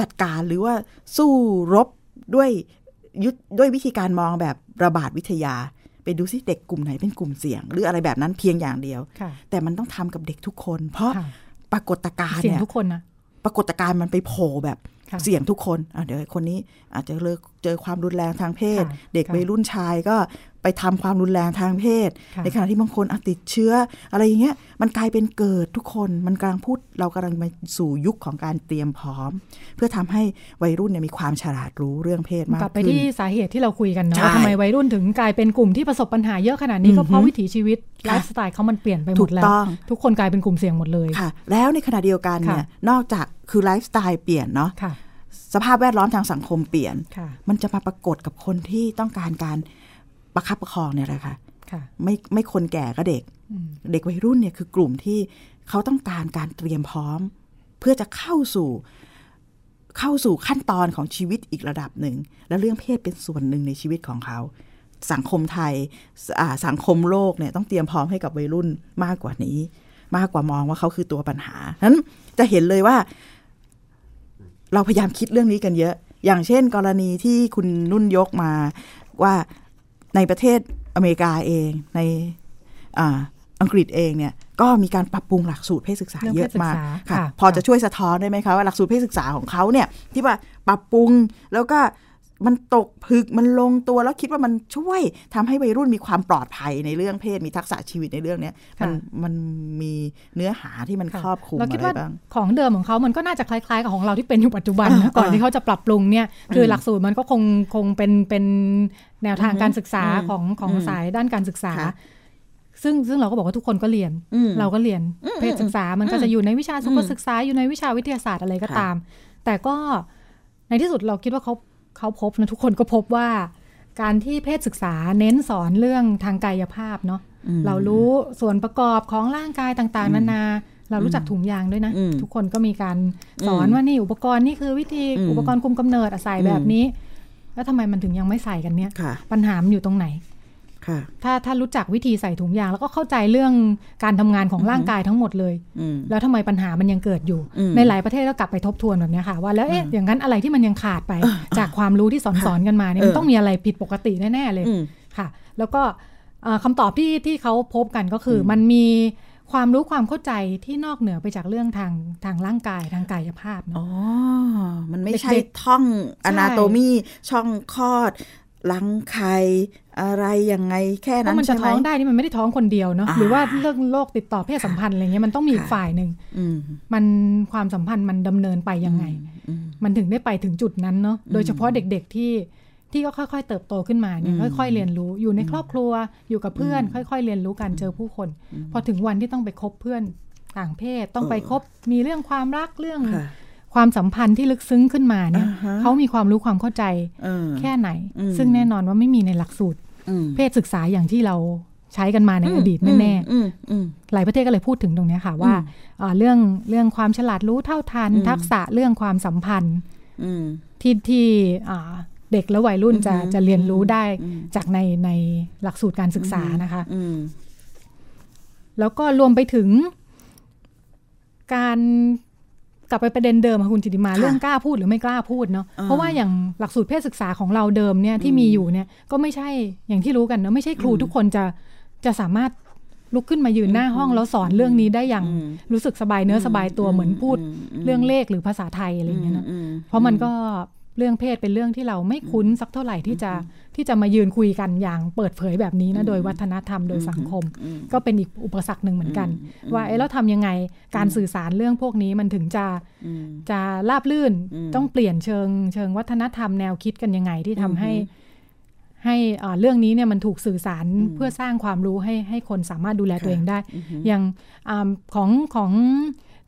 [SPEAKER 3] จัดการหรือว่าสู้รบด้วยยุทธด้วยวิธีการมองแบบระบาดวิทยา ไปดูซิเด็กกลุ่มไหนเป็นกลุ่มเสี่ยง หรืออะไรแบบนั้นเพียงอย่างเดียว
[SPEAKER 2] ค่ะ
[SPEAKER 3] แต่มันต้องทำกับเด็กทุกคน เพราะ
[SPEAKER 2] ค่ะ
[SPEAKER 3] ปรากฏการณ์
[SPEAKER 2] เสียง
[SPEAKER 3] เนี่ย
[SPEAKER 2] ทุกคนนะ
[SPEAKER 3] ปรากฏการณ์มันไปโผล่แบบ
[SPEAKER 2] ค่ะ
[SPEAKER 3] เสี่ยงทุกคนอ่ะเดี๋ยวคนนี้อาจจะเลิกเจอความรุนแรงทางเพศ
[SPEAKER 2] ค่ะ
[SPEAKER 3] เด็ก
[SPEAKER 2] ค่ะ
[SPEAKER 3] วัยรุ่นชายก็ไปทำความรุนแรงทางเพศ
[SPEAKER 2] ค่ะ
[SPEAKER 3] ในขณะที่บางคนอะติดเชื้อ อะไรอย่างเงี้ยมันกลายเป็นเกิดทุกคนมันกำลังพูดเรากำลังมาสู่ยุคของการเตรียมพร้อม เพื่อทำให้วัยรุ่นเนี่ยมีความฉลาดรู้เรื่องเพศมาก
[SPEAKER 2] กลับไป
[SPEAKER 3] ขึ้น
[SPEAKER 2] ที่สาเหตุที่เราคุยกันเนอะ
[SPEAKER 3] ใช่
[SPEAKER 2] ว่าทำไมวัยรุ่นถึงกลายเป็นกลุ่มที่ประสบปัญหาเยอะขนาดนี้ก็เพราะวิถีชีวิตไลฟ์สไตล์เขามันเปลี่ยนไปหมดแล้ว
[SPEAKER 3] ถูกต้อง
[SPEAKER 2] ทุกคนกลายเป็นกลุ่มเสี่ยงหมดเลย
[SPEAKER 3] ค่ะ แล้วในขณะเดียวกันเนี่ย
[SPEAKER 2] ค่ะ
[SPEAKER 3] นอกจากคือไลฟ์สไตล์เปลี่ยนเนาะ
[SPEAKER 2] ค่ะ
[SPEAKER 3] สภาพแวดล้อมทางสังคมเปลี่ยน
[SPEAKER 2] ค่ะ
[SPEAKER 3] มันจะมาปรากฏกับคนที่ต้องการการประคับประคองเนี่ยแหละค่ะ
[SPEAKER 2] ค่ะ
[SPEAKER 3] ไม่ไม่คนแก่ก็เด็ก
[SPEAKER 2] อืม
[SPEAKER 3] เด็กวัยรุ่นเนี่ยคือกลุ่มที่เขาต้องการการเตรียมพร้อม เพื่อจะเข้าสู่เข้าสู่ขั้นตอนของชีวิตอีกระดับหนึ่ง และเรื่องเพศเป็นส่วนหนึ่งในชีวิตของเขา สังคมไทยสอ่าสังคมโลกเนี่ยต้องเตรียมพร้อมให้กับวัยรุ่นมากกว่านี้ มากกว่ามองว่าเขาคือตัวปัญหานั้นจะเห็นเลยว่า เราพยายามคิดเรื่องนี้กันเยอะ อย่างเช่น กรณีที่คุณนุ่นยกมาว่าในประเทศอเมริกาเองในอ่าอังกฤษเองเนี่ยก็มีการปรับปรุงหลักสูตรเพศศึกษา
[SPEAKER 2] เรื่อง
[SPEAKER 3] เย
[SPEAKER 2] เพศ
[SPEAKER 3] อะมาก
[SPEAKER 2] ศึกษา
[SPEAKER 3] ค่ะ
[SPEAKER 2] ค่ะ
[SPEAKER 3] พอจะ
[SPEAKER 2] ค่ะ
[SPEAKER 3] ช่วยสะท้อนได้ไหมคะว่าหลักสูตรเพศศึกษาของเขาเนี่ยที่ว่าปรับปรุงแล้วก็มันตกผลึกมันลงตัวแล้วคิดว่ามันช่วยทำให้วัยรุ่นมีความปลอดภัยในเรื่องเพศมีทักษะชีวิตในเรื่องเนี้ยมันมันมีเนื้อหาที่มัน
[SPEAKER 2] ค่ะ
[SPEAKER 3] ครอบคลุม
[SPEAKER 2] เรา
[SPEAKER 3] อะ
[SPEAKER 2] คิด
[SPEAKER 3] ไร
[SPEAKER 2] ว่า
[SPEAKER 3] บ้าง
[SPEAKER 2] ของเดิมของเขามันก็น่าจะคล้ายๆกับของเราที่เป็นอยู่ปัจจุบันนะ
[SPEAKER 3] อ่า
[SPEAKER 2] ก่อนที่
[SPEAKER 3] อ่า
[SPEAKER 2] เขาจะปรับปรุงเนี่ยคือหลักสูตรมันก็คงคงเป็นเป็นแนวทางการศึกษา
[SPEAKER 3] อืม
[SPEAKER 2] ของของ
[SPEAKER 3] อืม
[SPEAKER 2] สายด้านการศึกษา
[SPEAKER 3] ค่ะ
[SPEAKER 2] ซึ่งซึ่งเราก็บอกว่าทุกคนก็เรียน
[SPEAKER 3] อืม
[SPEAKER 2] เราก็เรียน
[SPEAKER 3] อืม
[SPEAKER 2] เพศศึกษามันก็จะอยู่ในวิชาสุขศึกษาอยู่ในวิชาวิทยาศาสตร์อะไรก็
[SPEAKER 3] ค่ะ
[SPEAKER 2] ตาม แต่ก็ในที่สุดเราคิดว่าเขาเขาพบนะทุกคนก็พบว่า การที่เพศศึกษาเน้นสอนเรื่องทางกายภาพเนาะ
[SPEAKER 3] อืม
[SPEAKER 2] เรารู้ส่วนประกอบของร่างกายต่างๆ นานา เรารู้จักถุงยางด้วยนะ
[SPEAKER 3] อืม
[SPEAKER 2] ทุกคนก็มีการสอน
[SPEAKER 3] อืม
[SPEAKER 2] ว่านี่อุปกรณ์นี่คือวิธี
[SPEAKER 3] อืม
[SPEAKER 2] อุปกรณ์คุมกำเนิดอะใส่
[SPEAKER 3] อืม
[SPEAKER 2] แบบนี้ แล้วทำไมมันถึงยังไม่ใส่กันเนี่ย
[SPEAKER 3] ค่ะ
[SPEAKER 2] ปัญหามันอยู่ตรงไหน
[SPEAKER 3] ค่ะ
[SPEAKER 2] ถ้าถ้ารู้จักวิธีใส่ถุงยาง แล้วก็เข้าใจเรื่องการทำงานของร่างกายทั้งหมดเลย
[SPEAKER 3] อืม
[SPEAKER 2] แล้วทำไมปัญหามันยังเกิดอยู่
[SPEAKER 3] อืม
[SPEAKER 2] ในหลายประเทศก็กลับไปทบทวนแบบเนี้ยค่ะว่าแล้วเอ๊ะอย่างนั้นอะไรที่มันยังขาดไป จากความรู้ที่สอนสอนๆกันมาเนี่ย
[SPEAKER 3] เออ
[SPEAKER 2] มันต้องมีอะไรผิดปกติแน่ๆเลย
[SPEAKER 3] อืม
[SPEAKER 2] ค่ะแล้วก็เอ่อคำตอบที่ที่เขาพบกันก็คืออมันมีความรู้ความเข้าใจที่นอกเหนือไปจากเรื่องทางทางร่างกายทางกายภาพเน
[SPEAKER 3] อ๋
[SPEAKER 2] อะ
[SPEAKER 3] อ มันไม่ใช่
[SPEAKER 2] เด็ก
[SPEAKER 3] ท่อง
[SPEAKER 2] ใช่
[SPEAKER 3] อนาโตมีช่องคลอดรังไข่อะไรยังไงแค่
[SPEAKER 2] เพ
[SPEAKER 3] นั้น
[SPEAKER 2] ราะมันจะ
[SPEAKER 3] ใช่ไหม
[SPEAKER 2] ท้องได้นี่มันไม่ได้ท้องคนเดียวเนาะ
[SPEAKER 3] อ่า
[SPEAKER 2] หรือว่าเรื่องโรคติดต่อเพศสัมพันธ์อะไรเงี้ยมันต้องมีอีก
[SPEAKER 3] ค่ะ
[SPEAKER 2] ฝ่ายหนึ่ง
[SPEAKER 3] อืม
[SPEAKER 2] มันความสัมพันธ์มันดำเนินไปยังไง
[SPEAKER 3] อืม
[SPEAKER 2] มันถึงได้ไปถึงจุดนั้นเนาะโดยเฉพาะเด็กๆที่ที่ก็ค่อยๆ เติบโตขึ้นมาเนี่ย
[SPEAKER 3] อืม
[SPEAKER 2] ค่อย ๆ เรียนรู้อยู่ในครอบครัวอยู่กับเพื่อน ค่อย ๆ เรียนรู้การเจอผู้คน พอถึงวันที่ต้องไปคบเพื่อนต่างเพศต้องไปคบมีเรื่องความรักเรื่อง
[SPEAKER 3] ค่ะ
[SPEAKER 2] ความสัมพันธ์ที่ลึกซึ้งขึ้นมาเนี่ย
[SPEAKER 3] อ่าฮะ
[SPEAKER 2] เขามีความรู้ความเข้าใจ
[SPEAKER 3] เออ
[SPEAKER 2] แค่ไหน
[SPEAKER 3] อืม
[SPEAKER 2] ซึ่งแน่นอนว่าไม่มีในหลักสูตร
[SPEAKER 3] อืม
[SPEAKER 2] เพศศึกษาอย่างที่เราใช้กันมาในอดีตแน่
[SPEAKER 3] อืมอืม
[SPEAKER 2] ๆหลายประเทศก็เลยพูดถึงตรงเนี้ยค่ะว่าเอ่อเรื่องเรื่องความฉลาดรู้เท่าทัน
[SPEAKER 3] อืม
[SPEAKER 2] ทักษะเรื่องความสัมพันธ์
[SPEAKER 3] อืม
[SPEAKER 2] ที่ที่อ่าเด็กและวัยรุ่นจะ
[SPEAKER 3] อือฮึ
[SPEAKER 2] จะเรียนรู้ได้
[SPEAKER 3] อืม
[SPEAKER 2] จากในในหลักสูตรการศึกษานะคะ
[SPEAKER 3] อืม
[SPEAKER 2] แล้วก็รวมไปถึง การกลับไปประเด็นเดิมค่ะคุณจิติมา
[SPEAKER 3] ค่ะ
[SPEAKER 2] เรื่องกล้าพูดหรือไม่กล้าพูดเนาะ
[SPEAKER 3] อ่า
[SPEAKER 2] เพราะว่าอย่างหลักสูตรเพศศึกษาของเราเดิมเนี่ยที่มีอยู่เนี่ยก็ไม่ใช่อย่างที่รู้กันเนาะไม่ใช่ครูทุกคนจะจะสามารถลุกขึ้นมายืนหน้าห้องแล้วสอนเรื่องนี้ได้อย่าง
[SPEAKER 3] อืม
[SPEAKER 2] รู้สึกสบายเนื้อสบายตัวเหมือนพูดเรื่องเลขหรือภาษาไทยอะไรอย่างเงี้ยเนอะ เพราะมันก็เรื่องเพศเป็นเรื่องที่เราไม่คุ้นสักเท่าไหร่ที่จะที่จะมายืนคุยกันอย่างเปิดเผยแบบนี้นะโดยวัฒนธรรมโดยสังคม ก็เป็นอีกอุปสรรคหนึ่งเหมือนกัน ว่าเอ๊ะแล้วทำยังไงการสื่อสารเรื่องพวกนี้มันถึงจะ
[SPEAKER 3] อืม
[SPEAKER 2] จะราบลื่น
[SPEAKER 3] อืม
[SPEAKER 2] ต้องเปลี่ยนเชิงเชิงวัฒนธรรมแนวคิดกันยังไงที่ทำให้
[SPEAKER 3] อือฮึ
[SPEAKER 2] ให้เอ่อเรื่องนี้เนี่ยมันถูกสื่อสาร
[SPEAKER 3] อืม
[SPEAKER 2] เพื่อสร้างความรู้ให้ให้คนสามารถดูแลตัวเองได้
[SPEAKER 3] อือฮึ
[SPEAKER 2] อย่างอ่าของของ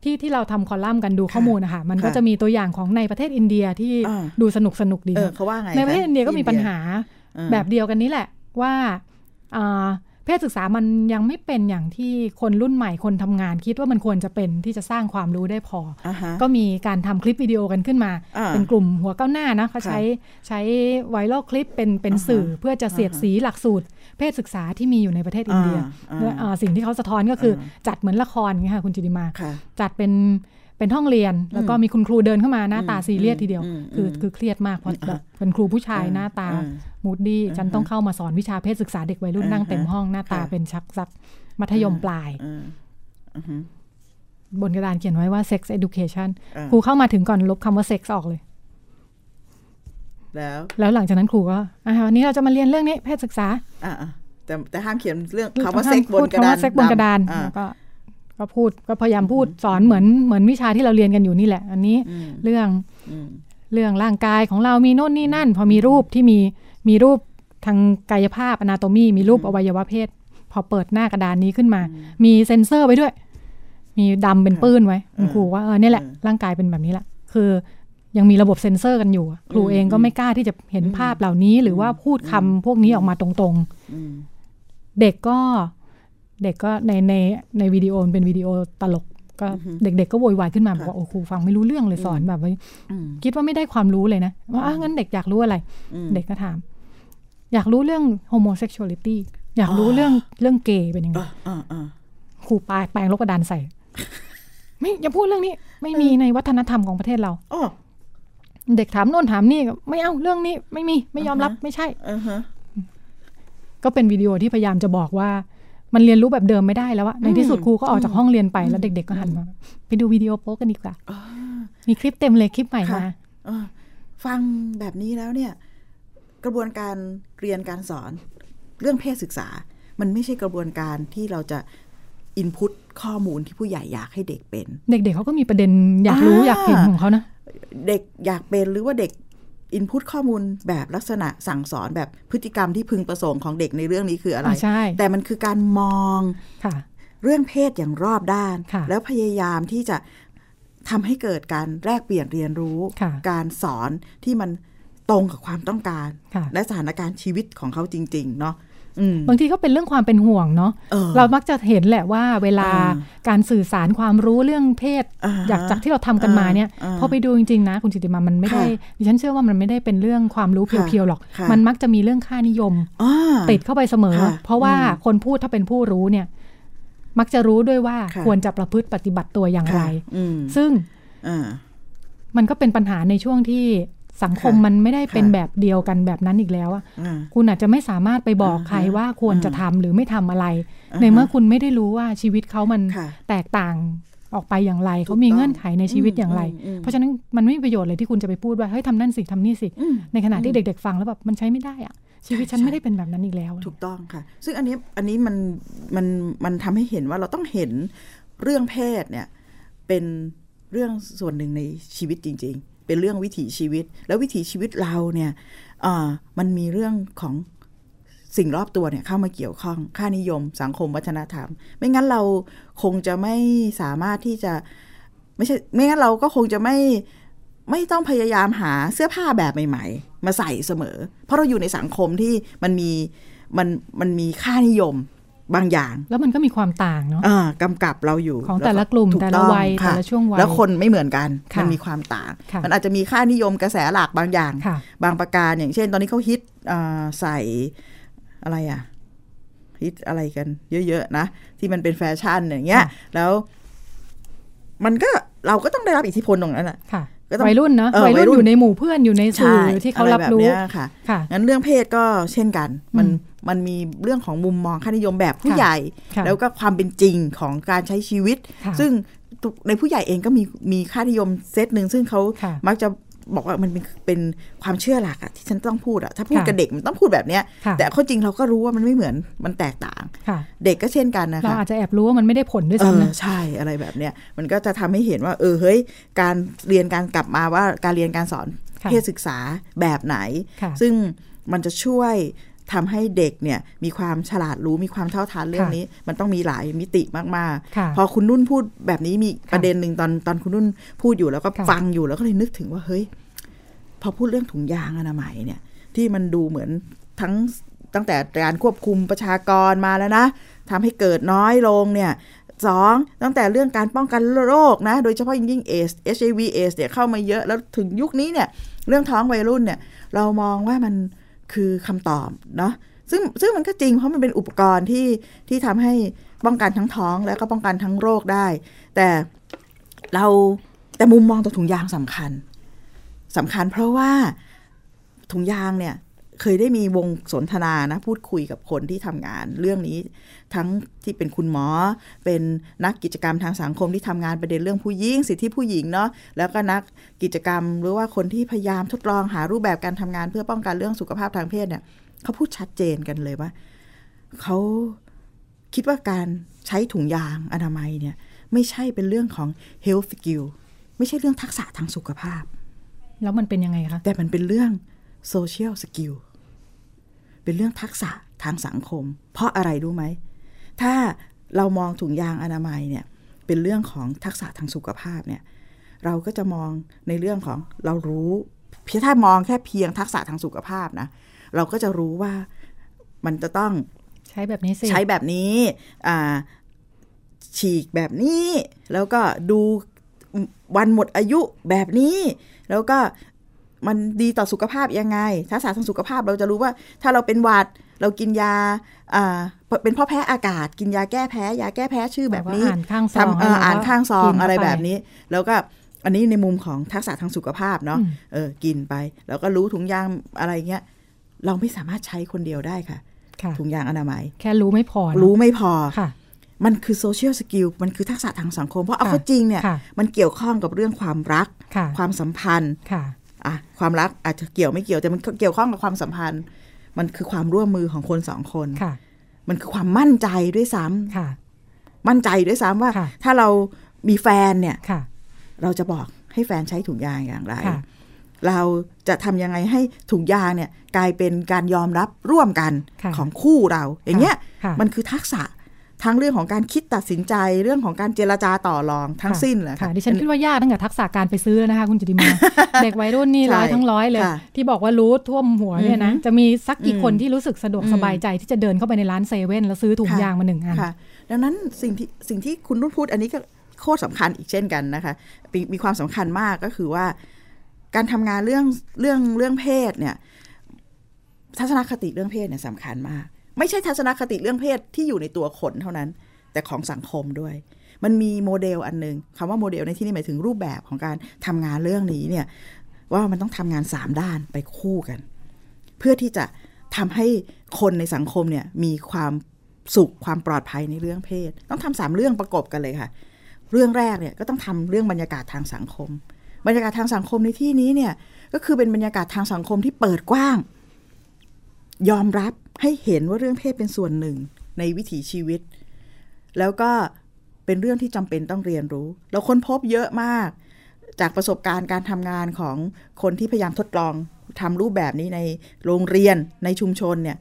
[SPEAKER 2] ที่ที่เราทำคอลัมน์กันดูข้อมูลนะคะมันก็
[SPEAKER 3] ค่ะ
[SPEAKER 2] จะมีตัวอย่างของในประเทศอินเดียที่
[SPEAKER 3] อ่า
[SPEAKER 2] ดูสนุกสนุกดี
[SPEAKER 3] เออ
[SPEAKER 2] นะ
[SPEAKER 3] เขาว่าไง
[SPEAKER 2] ในประเทศ
[SPEAKER 3] ค
[SPEAKER 2] อินเดียก็มีปัญหา
[SPEAKER 3] เออ
[SPEAKER 2] แบบเดียวกันนี้แหละว่าอ่า เพศศึกษามันยังไม่เป็นอย่างที่คนรุ่นใหม่คนทำงาน คิดว่ามันควรจะเป็นที่จะสร้างความรู้ได้พอ
[SPEAKER 3] อ่าฮะ
[SPEAKER 2] ก็มีการทำคลิปวิดีโอกันขึ้นมา
[SPEAKER 3] อ่า
[SPEAKER 2] เป็นกลุ่มหัวก้าวหน้านะเขาใช้ใช้ไวรัลคลิปเป็นเป็นสื่อเพื่อจะเสียดสีหลักสูตร เพศศึกษาที่มีอยู่ในประเทศอินเดีย
[SPEAKER 3] อ่า
[SPEAKER 2] และ
[SPEAKER 3] อ่า
[SPEAKER 2] อ่าสิ่งที่เขาสะท้อนก็คืออจัดเหมือนละครอย่างเงี้ยค่ะคุณจิติมา
[SPEAKER 3] ค่ะ
[SPEAKER 2] จัดเป็นเป็นห้องเรียนแล้วก็มีคุณครูเดินเข้ามาหน้าตาซีเรียสทีเดียว
[SPEAKER 3] อืมอืม
[SPEAKER 2] คือคือเครียดมากเพราะแบบเป็นครูผู้ชาย
[SPEAKER 3] อืม
[SPEAKER 2] หน้าตา
[SPEAKER 3] อืม
[SPEAKER 2] มูดดี้ฉันต้องเข้ามาสอนวิชาเพศศึกษาเด็กวัยรุ่นนั่งเต็มห้องหน้าตา
[SPEAKER 3] ค่ะ
[SPEAKER 2] เป็นชักซักมัธยมปลาย
[SPEAKER 3] อืม
[SPEAKER 2] บนกระดานเขียนไว้ว่า sex education
[SPEAKER 3] อ่า
[SPEAKER 2] ครูเข้ามาถึงก่อนลบคำว่า sex ออกเลย
[SPEAKER 3] แล้ว
[SPEAKER 2] แล้วหลังจากนั้นครูก็อ่ะวันนี้เราจะมาเรียนเรื่องนี้เพศศึกษา
[SPEAKER 3] อ่าแต่แต่ห้ามเขียนเรื่องคำว่าเซ็กบนกระ
[SPEAKER 2] คำ
[SPEAKER 3] ดา
[SPEAKER 2] ว่าน เซ็กบนกระดาน
[SPEAKER 3] อ่
[SPEAKER 2] แล้วก็ก็พูดก็พยายามพูดสอนเหมือนเหมือนวิชาที่เราเรียนกันอยู่นี่แหละ อันนี้เรื่อง
[SPEAKER 3] อืม
[SPEAKER 2] เรื่องร่างกายของเรามีโน่นนี่นั่น พอมีรูปที่มีมีรูปทางกายภาพอนาโตมีมีรูปอวัยวะเพศ พอเปิดหน้ากระดานนี้ขึ้นมา มีเซ็นเซอร์ไว้ด้วย มีดำเป็นปื้นไว้คุณครูว่าเออเนี่ยแหละร่างกายเป็นแบบนี้แหละคือยังมีระบบเซ็นเซอร์กันอยู่อะครูเองก็ไม่กล้าที่จะเห็นภาพเหล่านี้ หรือว่าพูดคำพวกนี้ออกมาตรงๆ เด็กก็เด็กก็ในในในวิดีโอมันเป็นวิดีโอตลกก็เด็ก ๆ ก็โวยวายขึ้นมาบอกว่าโอ้ครูฟังไม่รู้เรื่องเลยสอนแบบว่า คิดว่าไม่ได้ความรู้เลยนะ ว่าอ้าวงั้นเด็กอยากรู้อะไร เด็กก็ถาม อยากรู้เรื่อง homosexuality อยากรู้เรื่อง เรื่องเกย์เป็นยังไง
[SPEAKER 3] อ่าอ่า
[SPEAKER 2] ครูปาแปลงลบกระดานใส่ ไม่อย่าพูดเรื่องนี้ ไม่มีในวัฒนธรรมของประเทศเรา
[SPEAKER 3] อ๋อ
[SPEAKER 2] เด็กถามโน่นถามนี่ก็ไม่เอาเรื่องนี้ ไม่มีไม่ยอมรับไม่ใช่
[SPEAKER 3] อ่าฮะ
[SPEAKER 2] ก็เป็นวิดีโอที่พยายามจะบอกว่า มันเรียนรู้แบบเดิมไม่ได้แล้วอะในที่สุดครูก็ออกจากห้องเรียนไปแล้วเด็ก ๆก็หันมาไปดูวิดีโอโป๊กันดีกว่ามีคลิปเต็มเลยคลิปใหม่มา
[SPEAKER 3] ค่ะ เออฟังแบบนี้แล้วเนี่ย กระบวนการเรียนการสอนเรื่องเพศศึกษา มันไม่ใช่กระบวนการที่เราจะอินพุตข้อมูลที่ผู้ใหญ่อยากให้เด็กเป็น
[SPEAKER 2] เด็ก ๆเขาก็มีประเด็นอยากรู้อยากเห็นของเขานะ
[SPEAKER 3] เด็กอยากเป็นหรือว่าเด็กอินพุตข้อมูลแบบลักษณะสั่งสอนแบบพฤติกรรมที่พึงประสงค์ของเด็กในเรื่องนี้คืออะไร
[SPEAKER 2] อ่าใช่
[SPEAKER 3] แต่มันคือการมอง
[SPEAKER 2] ค่ะ
[SPEAKER 3] เรื่องเพศอย่างรอบด้าน
[SPEAKER 2] ค่ะ
[SPEAKER 3] แล้วพยายามที่จะทำให้เกิดการแลกเปลี่ยนเรียนรู้
[SPEAKER 2] ค่ะ
[SPEAKER 3] การสอนที่มันตรงกับความต้องการ
[SPEAKER 2] ค่ะ
[SPEAKER 3] และสถานการณ์ชีวิตของเขาจริง ๆ เนาะอืม
[SPEAKER 2] บางทีก็เป็นเรื่องความเป็นห่วงเนาะ
[SPEAKER 3] เออ
[SPEAKER 2] เรามักจะเห็นแหละว่าเวลาการสื่อสารความรู้เรื่องเพศ
[SPEAKER 3] อ่าฮะ
[SPEAKER 2] จากจากที่เราทำกันมาเนี่ย
[SPEAKER 3] อ่า
[SPEAKER 2] พอไปดูจริงๆนะคุณจิตติมามันไม่ได้ดิฉันเชื่อว่ามันไม่ได้เป็นเรื่องความรู้เพียวๆหรอก
[SPEAKER 3] ค่ะ
[SPEAKER 2] มันมักจะมีเรื่องค่านิยม
[SPEAKER 3] อ่า
[SPEAKER 2] ติดเข้าไปเสมอ
[SPEAKER 3] ค่ะ
[SPEAKER 2] เพราะว่าคนพูดถ้าเป็นผู้รู้เนี่ย มักจะรู้ด้วยว่า
[SPEAKER 3] ค่ะ
[SPEAKER 2] ควรจะประพฤติปฏิบัติตัวอย่างไร
[SPEAKER 3] ค่ะอืม
[SPEAKER 2] ซึ่ง
[SPEAKER 3] อ่า
[SPEAKER 2] มันก็เป็นปัญหาในช่วงที่สังคม
[SPEAKER 3] ค่ะ
[SPEAKER 2] มันไม่ได้เป็น
[SPEAKER 3] ค่ะ
[SPEAKER 2] แบบเดียวกันแบบนั้นอีกแล้วอะ
[SPEAKER 3] อ่า
[SPEAKER 2] คุณอาจจะไม่สามารถไปบอกใครว่าควรจะทำหรือไม่ทำอะไร ในเมื่อคุณไม่ได้รู้ว่าชีวิตเขามัน
[SPEAKER 3] ค่ะ
[SPEAKER 2] แตกต่างออกไปอย่างไรเขามีเงื่อนไขในชีวิตอย่างไร เพราะฉะนั้นมันไม่มีประโยชน์เลยที่คุณจะไปพูดว่าเฮ้ยทำนั่นสิทำนี่สิในขณะที่เด็ก ๆ ฟังแล้วแบบมันใช้ไม่ได้อะชีวิตฉัน
[SPEAKER 3] ใช่
[SPEAKER 2] ไม่ได้เป็นแบบนั้นอีกแล้ว
[SPEAKER 3] ถูกต้องค่ะ ซึ่งอันนี้อันนี้มันมันมันทำให้เห็นว่าเราต้องเห็นเรื่องเพศเนี่ยเป็นเรื่องส่วนหนึ่งในชีวิตจริง ๆ เป็นเรื่องวิถีชีวิต แล้ววิถีชีวิตเราเนี่ยเอ่อมันมีเรื่องของสิ่งรอบตัวเนี่ยเข้ามาเกี่ยวข้องค่านิยม สังคมวัฒนธรรม ไม่งั้นเราคงจะไม่สามารถที่จะไม่ใช่ไม่งั้นเราก็คงจะไม่ ไม่ต้องพยายามหาเสื้อผ้าแบบใหม่ ๆ มาใส่เสมอ เพราะเราอยู่ในสังคมที่มันมีมันมันมีค่านิยมบางอย่าง
[SPEAKER 2] แล้วมันก็มีความต่างเนาะ
[SPEAKER 3] อ่ากำกับเราอยู่
[SPEAKER 2] ของแต่ละกลุ่ม
[SPEAKER 3] ถู
[SPEAKER 2] แต่ละ
[SPEAKER 3] อง
[SPEAKER 2] วัย
[SPEAKER 3] ค่
[SPEAKER 2] แต่ละช่วงวัย
[SPEAKER 3] แล้วคนไม่เหมือนกัน
[SPEAKER 2] ค่ะ
[SPEAKER 3] มัมีความต่าง
[SPEAKER 2] ค่ะ
[SPEAKER 3] มันอาจจะมีค่านิยมกระแสหลักบางอย่าง
[SPEAKER 2] ค่ะ
[SPEAKER 3] บางประการอย่างเช่น ตอนนี้เขาฮิตอ่าใส่อะไรอ่ะฮิตอะไรกัน เยอะๆนะ ที่มันเป็นแฟชั่นอย่างเงี้ย แล้ว มันก็เราก็ต้องได้รับอิทธิพลตรงนั้นแหละ
[SPEAKER 2] ค่ะ
[SPEAKER 3] ก็ต้อง
[SPEAKER 2] วัยรุ่นเนาะ
[SPEAKER 3] เออ
[SPEAKER 2] วัย
[SPEAKER 3] วัยรุ่
[SPEAKER 2] รุ่น
[SPEAKER 3] น
[SPEAKER 2] อยู่ในหมู่เพื่อนอยู่ในสื่อ
[SPEAKER 3] ใช่
[SPEAKER 2] ที่เขารับ
[SPEAKER 3] อะ
[SPEAKER 2] รู้
[SPEAKER 3] ไแนี้ยค่ะ
[SPEAKER 2] ค่ะ
[SPEAKER 3] งั้นเรื่องเพศก็เช่นกัน มันมันมีเรื่องของมุมมองค่านิยมแบบผู้
[SPEAKER 2] ค่ะ
[SPEAKER 3] ใหญ่
[SPEAKER 2] ค่ะ
[SPEAKER 3] แล้วก็ความเป็นจริงของการใช้ชีวิต
[SPEAKER 2] ค่ะ
[SPEAKER 3] ซึ่งทุกในผู้ใหญ่เองก็มีมีค่านิยมเซตหนึ่งซึ่งเขา
[SPEAKER 2] ค่ะ
[SPEAKER 3] มักจะบอกว่ามันเป็นเป็นความเชื่อหลักอะที่ฉันต้องพูดอะถ้าพูด
[SPEAKER 2] ค่ะ
[SPEAKER 3] กับเด็กมันต้องพูดแบบเนี้ย
[SPEAKER 2] ค่ะ
[SPEAKER 3] แต่ข้อจริงเราก็รู้ว่ามันไม่เหมือนมันแตกต่าง
[SPEAKER 2] ค่ะ
[SPEAKER 3] เด็กก็เช่นกันนะ
[SPEAKER 2] เรา
[SPEAKER 3] คะ
[SPEAKER 2] อาจจะแอบรู้ว่ามันไม่ได้ผลด้วยซ้ำ
[SPEAKER 3] เอ
[SPEAKER 2] นะ
[SPEAKER 3] อใช่อะไรแบบเนี้ยมันก็จะทำให้เห็นว่า เออเฮ้ย การเรียนการกลับมาว่าการเรียนการสอน
[SPEAKER 2] ค่ะ
[SPEAKER 3] เพศศึกษาแบบไหน
[SPEAKER 2] ค่ะ
[SPEAKER 3] ซึ่งมันจะช่วยทำให้เด็กเนี่ยมีความฉลาดรู้มีความเท่าทันเรื่องนี้ มันต้องมีหลายมิติมาก
[SPEAKER 2] ค่ะ
[SPEAKER 3] ๆ พอคุณนุ่นพูดแบบนี้มี
[SPEAKER 2] ค่ะ
[SPEAKER 3] ประเด็นหนึ่งตอนตอนคุณนุ่นพูดอยู่แล้วก็
[SPEAKER 2] ค่ะ
[SPEAKER 3] ฟังอยู่แล้วก็เลยนึกถึงว่าเฮ้ย พอพูดเรื่องถุงยางอนามัยเนี่ย ที่มันดูเหมือนทั้งต ตั้งแต่การควบคุมประชากรมาแล้วนะทำให้เกิดน้อยลงเนี่ยสองตั้งแต่เรื่องการป้องกันโรคนะ โดยเฉพาะอย่างยิ่งเอส HIV เอสเนี่ยเข้ามาเยอะแล้วถึงยุคนี้เนี่ยเรื่องท้องวัยรุ่นเนี่ยเรามองว่ามันคือคำตอบเนาะซึ่งซึ่งมันก็จริงเพราะมันเป็นอุปกรณ์ที่ที่ทำให้ป้องกันทั้งท้องแล้วก็ป้องกันทั้งโรคได้ แต่เราแต่มุมมองต่อถุงยางสำคัญสำคัญเพราะว่าถุงยางเนี่ยเคยได้มีวงสนทนานะพูดคุยกับคนที่ทำงานเรื่องนี้ ทั้งที่เป็นคุณหมอ เป็นนักกิจกรรมทางสังคมที่ทำงานประเด็นเรื่องผู้หญิงสิทธิผู้หญิงเนาะแล้วก็นักกิจกรรมหรือว่าคนที่พยายามทดลองหารูปแบบการทำงานเพื่อป้องกันเรื่องสุขภาพทางเพศเนี่ยเขาพูดชัดเจนกันเลยว่าเขาคิดว่าการใช้ถุงยางอนามัยเนี่ยไม่ใช่เป็นเรื่องของ health skill ไม่ใช่เรื่องทักษะทางสุขภาพ
[SPEAKER 2] แล้วมันเป็นยังไงคะ
[SPEAKER 3] แต่มันเป็นเรื่อง social skill เป็นเรื่องทักษะทางสังคม เพราะอะไรรู้ไหม ถ้าเรามองถุงยางอนามัยเนี่ย เป็นเรื่องของทักษะทางสุขภาพเนี่ย เราก็จะมองในเรื่องของเรารู้เพียงถ้ามองแค่เพียงทักษะทางสุขภาพนะ เราก็จะรู้ว่ามันจะต้อง
[SPEAKER 2] ใช้แบบนี้สิ
[SPEAKER 3] ใช้แบบนี้อ่าฉีกแบบนี้ แล้วก็ดูวันหมดอายุแบบนี้ แล้วก็มันดีต่อสุขภาพยังไงทักษะทางสุขภาพเราจะรู้ว่า ถ้าเราเป็นหวัดเรากินยาอ่าเป็นเพ่อแพ้อากาศ กินยาแก้แพ้ ยาแก้แพ้ชื่อแบบนี้
[SPEAKER 2] แบบว่าอ่านข้างซอง
[SPEAKER 3] ทำเอ่อ
[SPEAKER 2] แล้วก็
[SPEAKER 3] อ่านข้างซอ
[SPEAKER 2] กิ
[SPEAKER 3] ง
[SPEAKER 2] นเข้า
[SPEAKER 3] อะไร
[SPEAKER 2] ไป
[SPEAKER 3] แบบนี้ แล้วก็อันนี้ในมุมของทักษะทางสุขภาพเนาะเออกินไป แล้วก็รู้ถุงยางอะไรเงี้ยเราไม่สามารถใช้คนเดียวได้ค่ะ
[SPEAKER 2] ค่ะ
[SPEAKER 3] ถุงยางอนามัย
[SPEAKER 2] แค่รู้ไม่พอนะ
[SPEAKER 3] รู้ไม่พอ
[SPEAKER 2] ค่ะ
[SPEAKER 3] มันคือโซเชียลสกิล มันคือทักษะทางสังคม เพราะเอา
[SPEAKER 2] ค่ะ
[SPEAKER 3] เข้าจริงเนี่ย
[SPEAKER 2] ค่ะ
[SPEAKER 3] มันเกี่ยวข้องกับเรื่องความรัก
[SPEAKER 2] ค่ะ
[SPEAKER 3] ความสัมพันธ์
[SPEAKER 2] ค่ะ
[SPEAKER 3] อ่ะความรักอาจจะเกี่ยวไม่เกี่ยว แต่มันเกี่ยวข้องกับความสัมพันธ์ มันคือความร่วมมือของคนสองคน
[SPEAKER 2] ค่ะ
[SPEAKER 3] มันคือความมั่นใจด้วยซ้ำ
[SPEAKER 2] ค่ะ
[SPEAKER 3] มั่นใจด้วยซ้ำว่า
[SPEAKER 2] ค่ะ
[SPEAKER 3] ถ้าเรามีแฟนเนี่ย
[SPEAKER 2] ค่ะ
[SPEAKER 3] เราจะบอกให้แฟนใช้ถุงยางอย่างไร
[SPEAKER 2] ค่ะ
[SPEAKER 3] เราจะทำยังไงให้ถุงยางเนี่ยกลายเป็นการยอมรับร่วมกัน
[SPEAKER 2] ค่ะ
[SPEAKER 3] ของคู่เรา อย่างเงี้ย
[SPEAKER 2] ค่ะ
[SPEAKER 3] มันคือทักษะทั้งเรื่องของการคิดตัดสินใจเรื่องของการเจรจาต่อรองทั้ง
[SPEAKER 2] ะ
[SPEAKER 3] สิ้นแหละ
[SPEAKER 2] ค่ะ
[SPEAKER 3] ค่ะ
[SPEAKER 2] ดิฉันคิดว่ายากตั้งแต่ทักษะการไปซื้อแล้วนะคะ คุณจิติ มา เด็กวัยรุ่นนี่
[SPEAKER 3] ใช่
[SPEAKER 2] ร้อยทั้งร้อยเลย
[SPEAKER 3] ค่ะ
[SPEAKER 2] ที่บอกว่ารู้ท่วมหัวเนี่ยนะ
[SPEAKER 3] อือฮึ
[SPEAKER 2] จะมีสักกี่คน
[SPEAKER 3] อืม
[SPEAKER 2] ที่รู้สึกสะดวก
[SPEAKER 3] อืม
[SPEAKER 2] สบายใจที่จะเดินเข้าไปในร้านเซเว่นแล้วซื้อถุง
[SPEAKER 3] ค่ะ
[SPEAKER 2] ยางมาหนึ่งอัน
[SPEAKER 3] ค่ะ ดังนั้นสิ่งที่สิ่งที่คุณรุ่นพูดอันนี้ก็โคตรสำคัญอีกเช่นกันนะคะมีมีความสำคัญมากก็คือว่า การทำงานเรื่องเรื่องเรื่องเพศเนี่ย ทัศนคติเรื่องเพศเนี่ยสำคัญมาก ไม่ใช่ทัศนคติเรื่องเพศที่อยู่ในตัวคนเท่านั้น แต่ของสังคมด้วย มันมีโมเดลอันหนึงคำว่าโมเดลในที่นี้หมายถึงรูปแบบของการทำงานเรื่องนี้เนี่ย ว่ามันต้องทำงานสามด้านไปคู่กัน เพื่อที่จะทำให้คนในสังคมเนี่ยมีความสุขความปลอดภัยในเรื่องเพศ ต้องทำสามเรื่องประกบกันเลยค่ะ เรื่องแรกเนี่ยก็ต้องทำเรื่องบรรยากาศทางสังคม บรรยากาศทางสังคมในที่นี้เนี่ยก็คือเป็นบรรยากาศทางสังคมที่เปิดกว้าง ยอมรับให้เห็นว่าเรื่องเพศเป็นส่วนหนึ่งในวิถีชีวิต แล้วก็เป็นเรื่องที่จำเป็นต้องเรียนรู้ เราค้นพบเยอะมาก จากประสบการณ์การทำงานของคนที่พยายามทดลองทำรูปแบบนี้ในโรงเรียนในชุมชนเนี่ย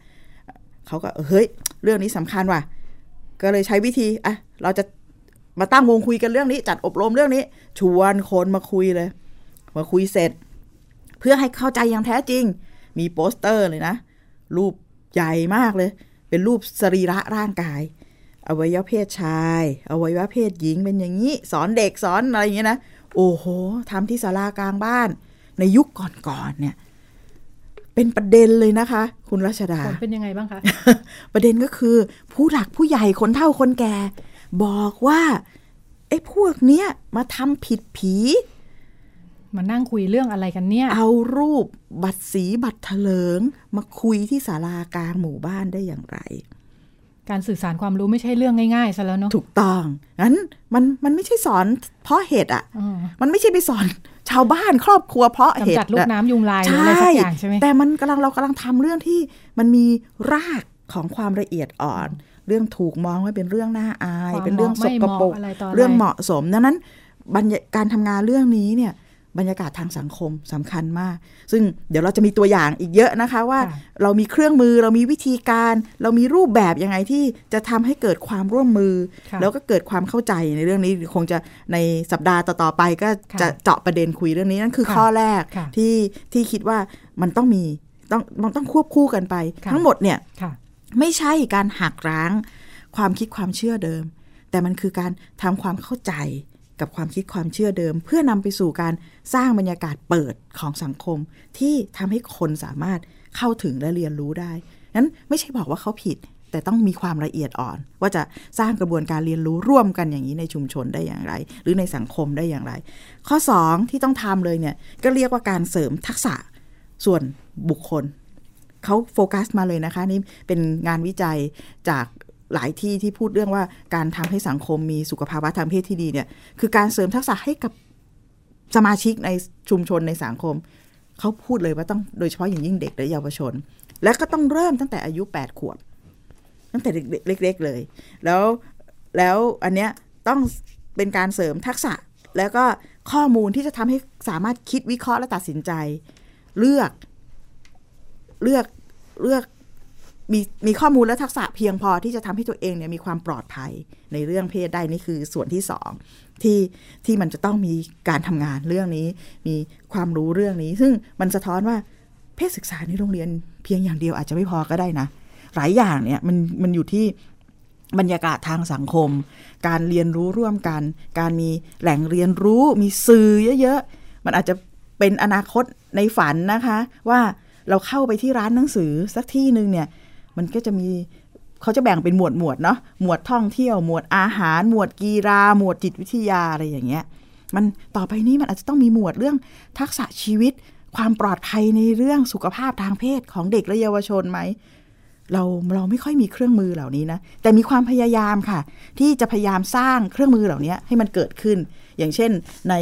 [SPEAKER 3] เขาก็เฮ้ย เรื่องนี้สำคัญว่ะ ก็เลยใช้วิธีอ่ะเราจะมาตั้งวงคุยกันเรื่องนี้ จัดอบรมเรื่องนี้ ชวนคนมาคุยเลย มาคุยเสร็จ เพื่อให้เข้าใจอย่างแท้จริง มีโปสเตอร์เลยนะ รูปใหญ่มากเลย เป็นรูปสรีระร่างกาย อวัยวะเพศชาย อวัยวะเพศหญิงเป็นอย่างนี้ สอนเด็กสอนอะไรอย่างเงี้ยนะ โอ้โหทำที่ศาลากลางบ้าน ในยุคก่อนๆเนี่ย เป็นประเด็นเลยนะคะ คุณรัชดา
[SPEAKER 2] ผลเป็นยังไงบ้างคะ
[SPEAKER 3] ประเด็นก็คือ ผู้หลักผู้ใหญ่คนเฒ่าคนแก่ บอกว่าไอ้พวกเนี้ยมาทำผิดผี
[SPEAKER 2] มานั่งคุยเรื่องอะไรกันเนี่ย
[SPEAKER 3] เอารูปบัตรสีบัตรเถลิง มาคุยที่ศาลากลางหมู่บ้านได้อย่างไร
[SPEAKER 2] การสื่อสารความรู้ไม่ใช่เรื่องง่ายๆซะแล้วเนาะ
[SPEAKER 3] ถูกต้องงั้นมันมันไม่ใช่สอนเพราะเหตุอะ
[SPEAKER 2] อ่า
[SPEAKER 3] มันไม่ใช่ไปสอน ชาวบ้านครอบครัวเพราะ
[SPEAKER 2] กำ
[SPEAKER 3] เหตุ
[SPEAKER 2] จัดลูก
[SPEAKER 3] อะ
[SPEAKER 2] น้ำยุงลายหรืออะไรสักอย่างใช่ไหม
[SPEAKER 3] แต่มันกำลังเรากำลังทำเรื่องที่มันมีรากของความละเอียดอ่อน เรื่องถูกมองว่าเป็นเรื่องน่าอาย
[SPEAKER 2] ความ
[SPEAKER 3] เป็นเรื่อง
[SPEAKER 2] เห
[SPEAKER 3] ส
[SPEAKER 2] มาะ
[SPEAKER 3] กปรก
[SPEAKER 2] ไม่เหมาะอะไรต่ออะไร
[SPEAKER 3] เรื่องเหมาะสมดังนั้นบรรยาการทำงานเรื่องนี้เนี่ยบรรยากาศทางสังคมสำคัญมาก ซึ่งเดี๋ยวเราจะมีตัวอย่างอีกเยอะนะคะว่า เรามีเครื่องมือเรามีวิธีการ เรามีรูปแบบยังไงที่จะทำให้เกิดความร่วมมือ
[SPEAKER 2] ค่ะ
[SPEAKER 3] แล้วก็เกิดความเข้าใจในเรื่องนี้คงจะในสัปดาห์ต่อๆไปก็
[SPEAKER 2] ค่ะ
[SPEAKER 3] จะเจาะประเด็นคุยเรื่องนี้นั่นคือ
[SPEAKER 2] ค่ะ
[SPEAKER 3] ข้อแรก
[SPEAKER 2] ค่ะ
[SPEAKER 3] ที่ที่คิดว่ามันต้องมี ต้องมันต้องควบคู่กันไป
[SPEAKER 2] ค่ะ
[SPEAKER 3] ทั้งหมดเนี่ย
[SPEAKER 2] ค่ะ
[SPEAKER 3] ไม่ใช่การหักร้างความคิดความเชื่อเดิม แต่มันคือการทำความเข้าใจกับความคิดความเชื่อเดิม เพื่อนำไปสู่การสร้างบรรยากาศเปิดของสังคม ที่ทำให้คนสามารถเข้าถึงและเรียนรู้ได้นั้นไม่ใช่บอกว่าเขาผิด แต่ต้องมีความละเอียดอ่อน ว่าจะสร้างกระบวนการเรียนรู้ร่วมกันอย่างนี้ในชุมชนได้อย่างไร หรือในสังคมได้อย่างไร ข้อ 2 ที่ต้องทำเลยเนี่ยก็เรียกว่าการเสริมทักษะส่วนบุคคล เขาโฟกัสมาเลยนะคะ นี่เป็นงานวิจัยจากหลายที่ที่พูดเรื่องว่าการทำให้สังคมมีสุขภาวะทางเพศที่ดีเนี่ย คือการเสริมทักษะให้กับสมาชิกในชุมชนในสังคม เขาพูดเลยว่าต้องโดยเฉพาะอย่างยิ่งเด็กและเยาวชน และก็ต้องเริ่มตั้งแต่อายุ 8 ขวบ ตั้งแต่เด็กๆเล็ก ๆ เลย แล้วแล้วอันเนี้ยต้องเป็นการเสริมทักษะแล้วก็ข้อมูลที่จะทำให้สามารถคิดวิเคราะห์และตัดสินใจ เลือกเลือกเลือกมีมีข้อมูลและทักษะเพียงพอที่จะทำให้ตัวเองเนี่ยมีความปลอดภัยในเรื่องเพศได้นี่คือส่วนที่สองที่ที่มันจะต้องมีการทำงานเรื่องนี้ มีความรู้เรื่องนี้ ซึ่งมันสะท้อนว่าเพศศึกษาในโรงเรียนเพียงอย่างเดียวอาจจะไม่พอก็ได้นะ หลายอย่างเนี่ยมันมันอยู่ที่บรรยากาศทางสังคม การเรียนรู้ร่วมกัน การมีแหล่งเรียนรู้มีสื่อเยอะๆ มันอาจจะเป็นอนาคตในฝันนะคะ ว่าเราเข้าไปที่ร้านหนังสือสักที่หนึ่งเนี่ย มันก็จะมีเขาจะแบ่งเป็นหมวดหมวดๆเนาะหมวดท่องเที่ยวหมวดอาหาร หมวดกีฬาหมวดจิตวิทยาอะไรอย่างเงี้ย มันต่อไปนี้มันอาจจะต้องมีหมวดเรื่องทักษะชีวิต ความปลอดภัยในเรื่องสุขภาพทางเพศของเด็กและเยาวชนไหม เราเราไม่ค่อยมีเครื่องมือเหล่านี้นะ แต่มีความพยายามค่ะ ที่จะพยายามสร้างเครื่องมือเหล่านี้ให้มันเกิดขึ้น อย่างเช่นใน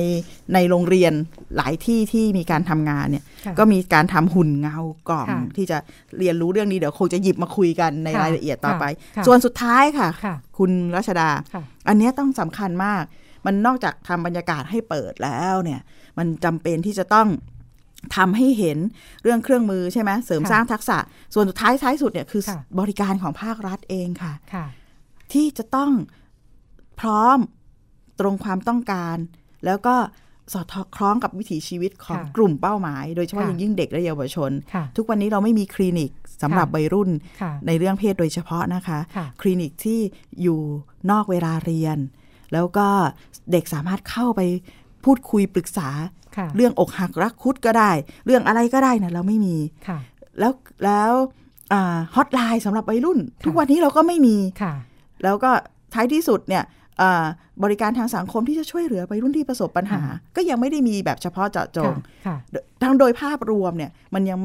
[SPEAKER 3] ในโรงเรียนหลายที่ที่มีการทำงานเนี่ย
[SPEAKER 2] ค่ะ
[SPEAKER 3] ก็มีการทำหุ่นเงากล่อง
[SPEAKER 2] ค่ะ
[SPEAKER 3] ที่จะเรียนรู้เรื่องนี้เดี๋ยวคงจะหยิบมาคุยกันใน
[SPEAKER 2] ค่ะ
[SPEAKER 3] รายละเอียดต่อไป
[SPEAKER 2] ค่ะ
[SPEAKER 3] ส่วนสุดท้ายค่ะ
[SPEAKER 2] ค่ะ
[SPEAKER 3] คุณรัชดา
[SPEAKER 2] ค่ะ
[SPEAKER 3] อันเนี้ยต้องสำคัญมาก มันนอกจากทำบรรยากาศให้เปิดแล้วเนี่ย มันจำเป็นที่จะต้อง ทำให้เห็นเรื่องเครื่องมือใช่ไหมเสริม
[SPEAKER 2] ค่ะ
[SPEAKER 3] สร้างทักษะ ส่วนสุดท้ายท้ายสุดเนี่ยคือ
[SPEAKER 2] ค่ะ
[SPEAKER 3] บริการของภาครัฐเองค่ะ
[SPEAKER 2] ค่ะ
[SPEAKER 3] ที่จะต้องพร้อมตรงความต้องการ แล้วก็สอดคล้องกับวิถีชีวิตของ
[SPEAKER 2] ค่ะ
[SPEAKER 3] กลุ่มเป้าหมาย โดยเฉพาะ
[SPEAKER 2] ค่ะ
[SPEAKER 3] อย่างยิ่งเด็กและเยาวชน
[SPEAKER 2] ค่ะ
[SPEAKER 3] ทุกวันนี้เราไม่มีคลินิกสำหรับ
[SPEAKER 2] ค่ะ
[SPEAKER 3] วัยรุ่น
[SPEAKER 2] ค่ะ
[SPEAKER 3] ในเรื่องเพศโดยเฉพาะนะคะ
[SPEAKER 2] ค่ะ
[SPEAKER 3] คลินิกที่อยู่นอกเวลาเรียน แล้วก็เด็กสามารถเข้าไปพูดคุยปรึกษา
[SPEAKER 2] ค่ะ
[SPEAKER 3] เรื่องอกหักรักคุดก็ได้ เรื่องอะไรก็ได้นะเราไม่มี
[SPEAKER 2] ค่ะ
[SPEAKER 3] แล้วแล้วฮอตไลน์สำหรับวัยรุ่น ทุกวันนี้เราก็ไม่มี
[SPEAKER 2] ค่ะ
[SPEAKER 3] แล้วก็ท้ายที่สุดเนี่ยอ่าบริการทางสังคมที่จะช่วยเหลือวัยรุ่นที่ประสบปัญหา ก็ยังไม่ได้มีแบบเฉพาะเจาะจง
[SPEAKER 2] ค่ะ
[SPEAKER 3] ทั้งโดยภาพรวมเนี่ยมันยัง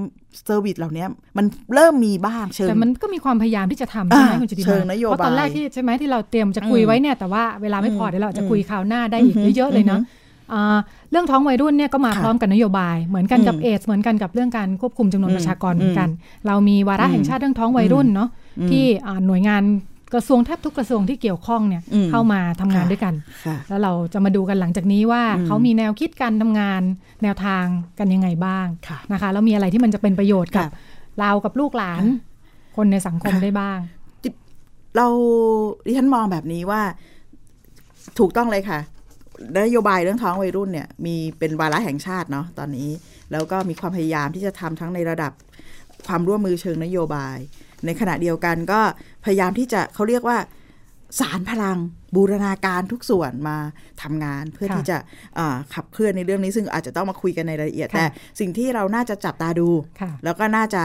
[SPEAKER 3] เซอร์วิสเหล่านี้มันเริ่มมีบ้างเชิง
[SPEAKER 2] แต่มันก็มีความพยายามที่จะทำใช่ไหม
[SPEAKER 3] อ่า
[SPEAKER 2] คุณจิติมา
[SPEAKER 3] เชิงนโยบาย
[SPEAKER 2] เพราะตอนแรกที่ใช่ไหมที่เราเตรียมจะคุย
[SPEAKER 3] อืม
[SPEAKER 2] ไว้เนี่ยแต่ว่าเวลาไม่พอ
[SPEAKER 3] อืม
[SPEAKER 2] เดี๋ยวเราอาจจะคุยคราวหน้าได้
[SPEAKER 3] อื
[SPEAKER 2] อี
[SPEAKER 3] ม
[SPEAKER 2] กเยอะๆเลยเนาะอ่าเรื่องท้องวัยรุ่นเนี่ยก็มา
[SPEAKER 3] ค่ะ
[SPEAKER 2] พร้อมกับนโยบาย เหมือนกันกับ
[SPEAKER 3] อืม
[SPEAKER 2] เอดส์เหมือนกันกับเรื่องการควบคุมจำนวน
[SPEAKER 3] อืม
[SPEAKER 2] ประชากรเหมือนกัน เรามีวาระแห่งชาติเรื่องท้องวัยรุ่นเนาะ
[SPEAKER 3] อืม
[SPEAKER 2] ที่อ่าหน่วยงานกระทรวงแทบทุกกระทรวงที่เกี่ยวข้องเนี่ย
[SPEAKER 3] อืม
[SPEAKER 2] เข้ามาทำงาน
[SPEAKER 3] ค่ะ
[SPEAKER 2] ด้วยกัน
[SPEAKER 3] ค่ะ
[SPEAKER 2] แล้วเราจะมาดูกันหลังจากนี้ว่า
[SPEAKER 3] อืม
[SPEAKER 2] เขามีแนวคิดการทำงานแนวทางกันยังไงบ้าง
[SPEAKER 3] ค่ะ
[SPEAKER 2] นะคะแล้วมีอะไรที่มันจะเป็นประโยชน์กับ
[SPEAKER 3] ค่ะ
[SPEAKER 2] เรากับลูกหลาน คนในสังคม
[SPEAKER 3] ค่ะ
[SPEAKER 2] ได้บ้าง
[SPEAKER 3] เราดิฉันมองแบบนี้ว่าถูกต้องเลยค่ะนโยบายเรื่องท้องวัยรุ่นเนี่ย มีเป็นวาระแห่งชาติเนาะตอนนี้ แล้วก็มีความพยายามที่จะทำทั้งในระดับความร่วมมือเชิงนโยบาย ในขณะเดียวกันก็พยายามที่จะเขาเรียกว่าสารพลังบูรณาการทุกส่วนมาทำงาน เพื่อ
[SPEAKER 2] ค่ะ
[SPEAKER 3] ที่จะอ่าขับเคลื่อนในเรื่องนี้ซึ่งอาจจะต้องมาคุยกันในรายละเอียด
[SPEAKER 2] ค่ะ
[SPEAKER 3] แต่สิ่งที่เราน่าจะจับตาดู
[SPEAKER 2] ค่ะ
[SPEAKER 3] แล้วก็น่าจะ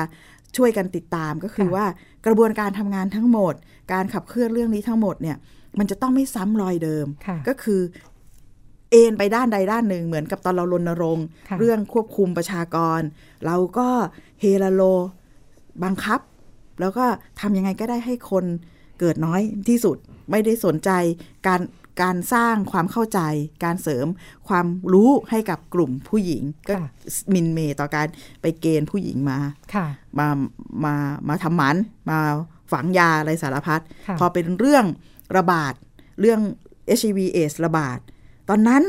[SPEAKER 3] ช่วยกันติดตามก็คือ
[SPEAKER 2] ค่ะ
[SPEAKER 3] ว่ากระบวนการทำงานทั้งหมด การขับเคลื่อนเรื่องนี้ทั้งหมดเนี่ยมันจะต้องไม่ซ้ำรอยเดิม
[SPEAKER 2] ค่ะ
[SPEAKER 3] ก็คือเอนไปด้านใดด้านหนึ่งเหมือนกับตอนเรารณรงค์
[SPEAKER 2] ค่ะ
[SPEAKER 3] เรื่องควบคุมประชากร เราก็เฮลาโลบังคับ แล้วก็ทำยังไงก็ได้ให้คนเกิดน้อยที่สุดไม่ได้สนใจการการสร้างความเข้าใจ การเสริมความรู้ให้กับกลุ่มผู้หญิง ก็
[SPEAKER 2] ค่ะ
[SPEAKER 3] มินเมย์ต่อการไปเกณฑ์ผู้หญิงมา
[SPEAKER 2] ค่ะ
[SPEAKER 3] มามามาทำหมันมาฝังยาอะไรสารพัด
[SPEAKER 2] ค่ะ
[SPEAKER 3] พอเป็นเรื่องระบาดเรื่อง HIV AIDS ระบาด ตอนนั้น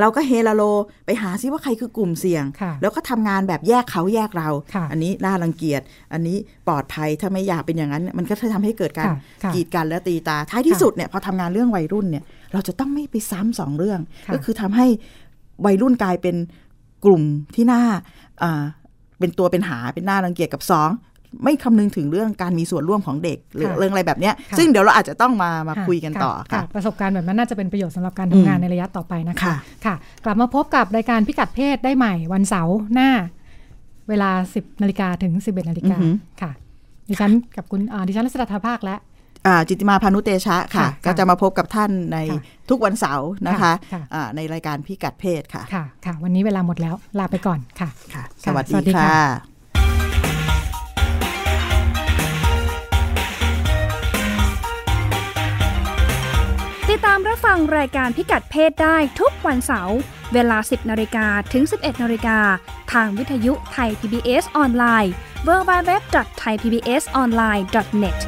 [SPEAKER 3] เราก็เฮลาโลไปหาซิว่าใครคือกลุ่มเสี่ยง
[SPEAKER 2] ค่ะ
[SPEAKER 3] แล้วก็ทำงานแบบแยกเขาแยกเรา
[SPEAKER 2] ค่ะ
[SPEAKER 3] อันนี้น่ารังเกียจ อันนี้ปลอดภัยถ้าไม่อยากเป็นอย่างนั้น มันก็จะทำให้เกิดการ
[SPEAKER 2] ค่ะค่ะ
[SPEAKER 3] กีดกันและตีตา ท้ายที่
[SPEAKER 2] ค่ะ
[SPEAKER 3] สุดเนี่ยพอทำงานเรื่องวัยรุ่นเนี่ยเราจะต้องไม่ไปซ้ำสองเรื่อง
[SPEAKER 2] ค่ะ
[SPEAKER 3] ก็คือทำให้วัยรุ่นกลายเป็นกลุ่มที่น่าอ่า เป็นตัวเป็นหาเป็นหน้ารังเกียจกับสองไม่คำนึงถึงเรื่องการมีส่วนร่วมของเด็กหรือ
[SPEAKER 2] ค่ะ
[SPEAKER 3] เรื่องอะไรแบบเนี้ย
[SPEAKER 2] ค่ะ
[SPEAKER 3] ซึ่งเดี๋ยวเราอาจจะต้องมามาคุยกันต่อค่ะ
[SPEAKER 2] ประสบการณ์แบบนั้นน่าจะเป็นประโยชน์สำหรับการ
[SPEAKER 3] อื
[SPEAKER 2] ทำ
[SPEAKER 3] ม
[SPEAKER 2] งานในระยะต่อไปนะคะ
[SPEAKER 3] ค่ะ
[SPEAKER 2] ค่ะ กลับมาพบกับรายการพิกัดเพศได้ใหม่วันเสาร์หน้า เวลา 10นาฬิกาถึง 11นาฬิกาค่ะ ดิฉันกับคุณอ่าดิฉันรัศดาธาภาคและ
[SPEAKER 3] อ่าจิตติมาพานุเตชะค่ะ
[SPEAKER 2] ค่ะ
[SPEAKER 3] ก็จะมาพบกับท่านใน
[SPEAKER 2] ค่ะ
[SPEAKER 3] ทุกวันเสาร์นะคะ
[SPEAKER 2] ค่ะ
[SPEAKER 3] อ่าในรายการพิกัดเพศค่ะ
[SPEAKER 2] ค่ะ ค่ะ วันนี้เวลาหมดแล้วลาไปก่อนค่ะ
[SPEAKER 3] ค่ะ ส
[SPEAKER 2] ค่ะ
[SPEAKER 3] วัส
[SPEAKER 2] สวัสดี
[SPEAKER 3] ดี
[SPEAKER 2] ค่ะ
[SPEAKER 3] ค่ะ
[SPEAKER 1] ติดตามรับฟังรายการพิกัดเพศได้ทุกวันเสาร์เวลา 10นาฬิกาถึง 11นาฬิกาทางวิทยุไทย PBS ออนไลน์ www.thaipbsonline.net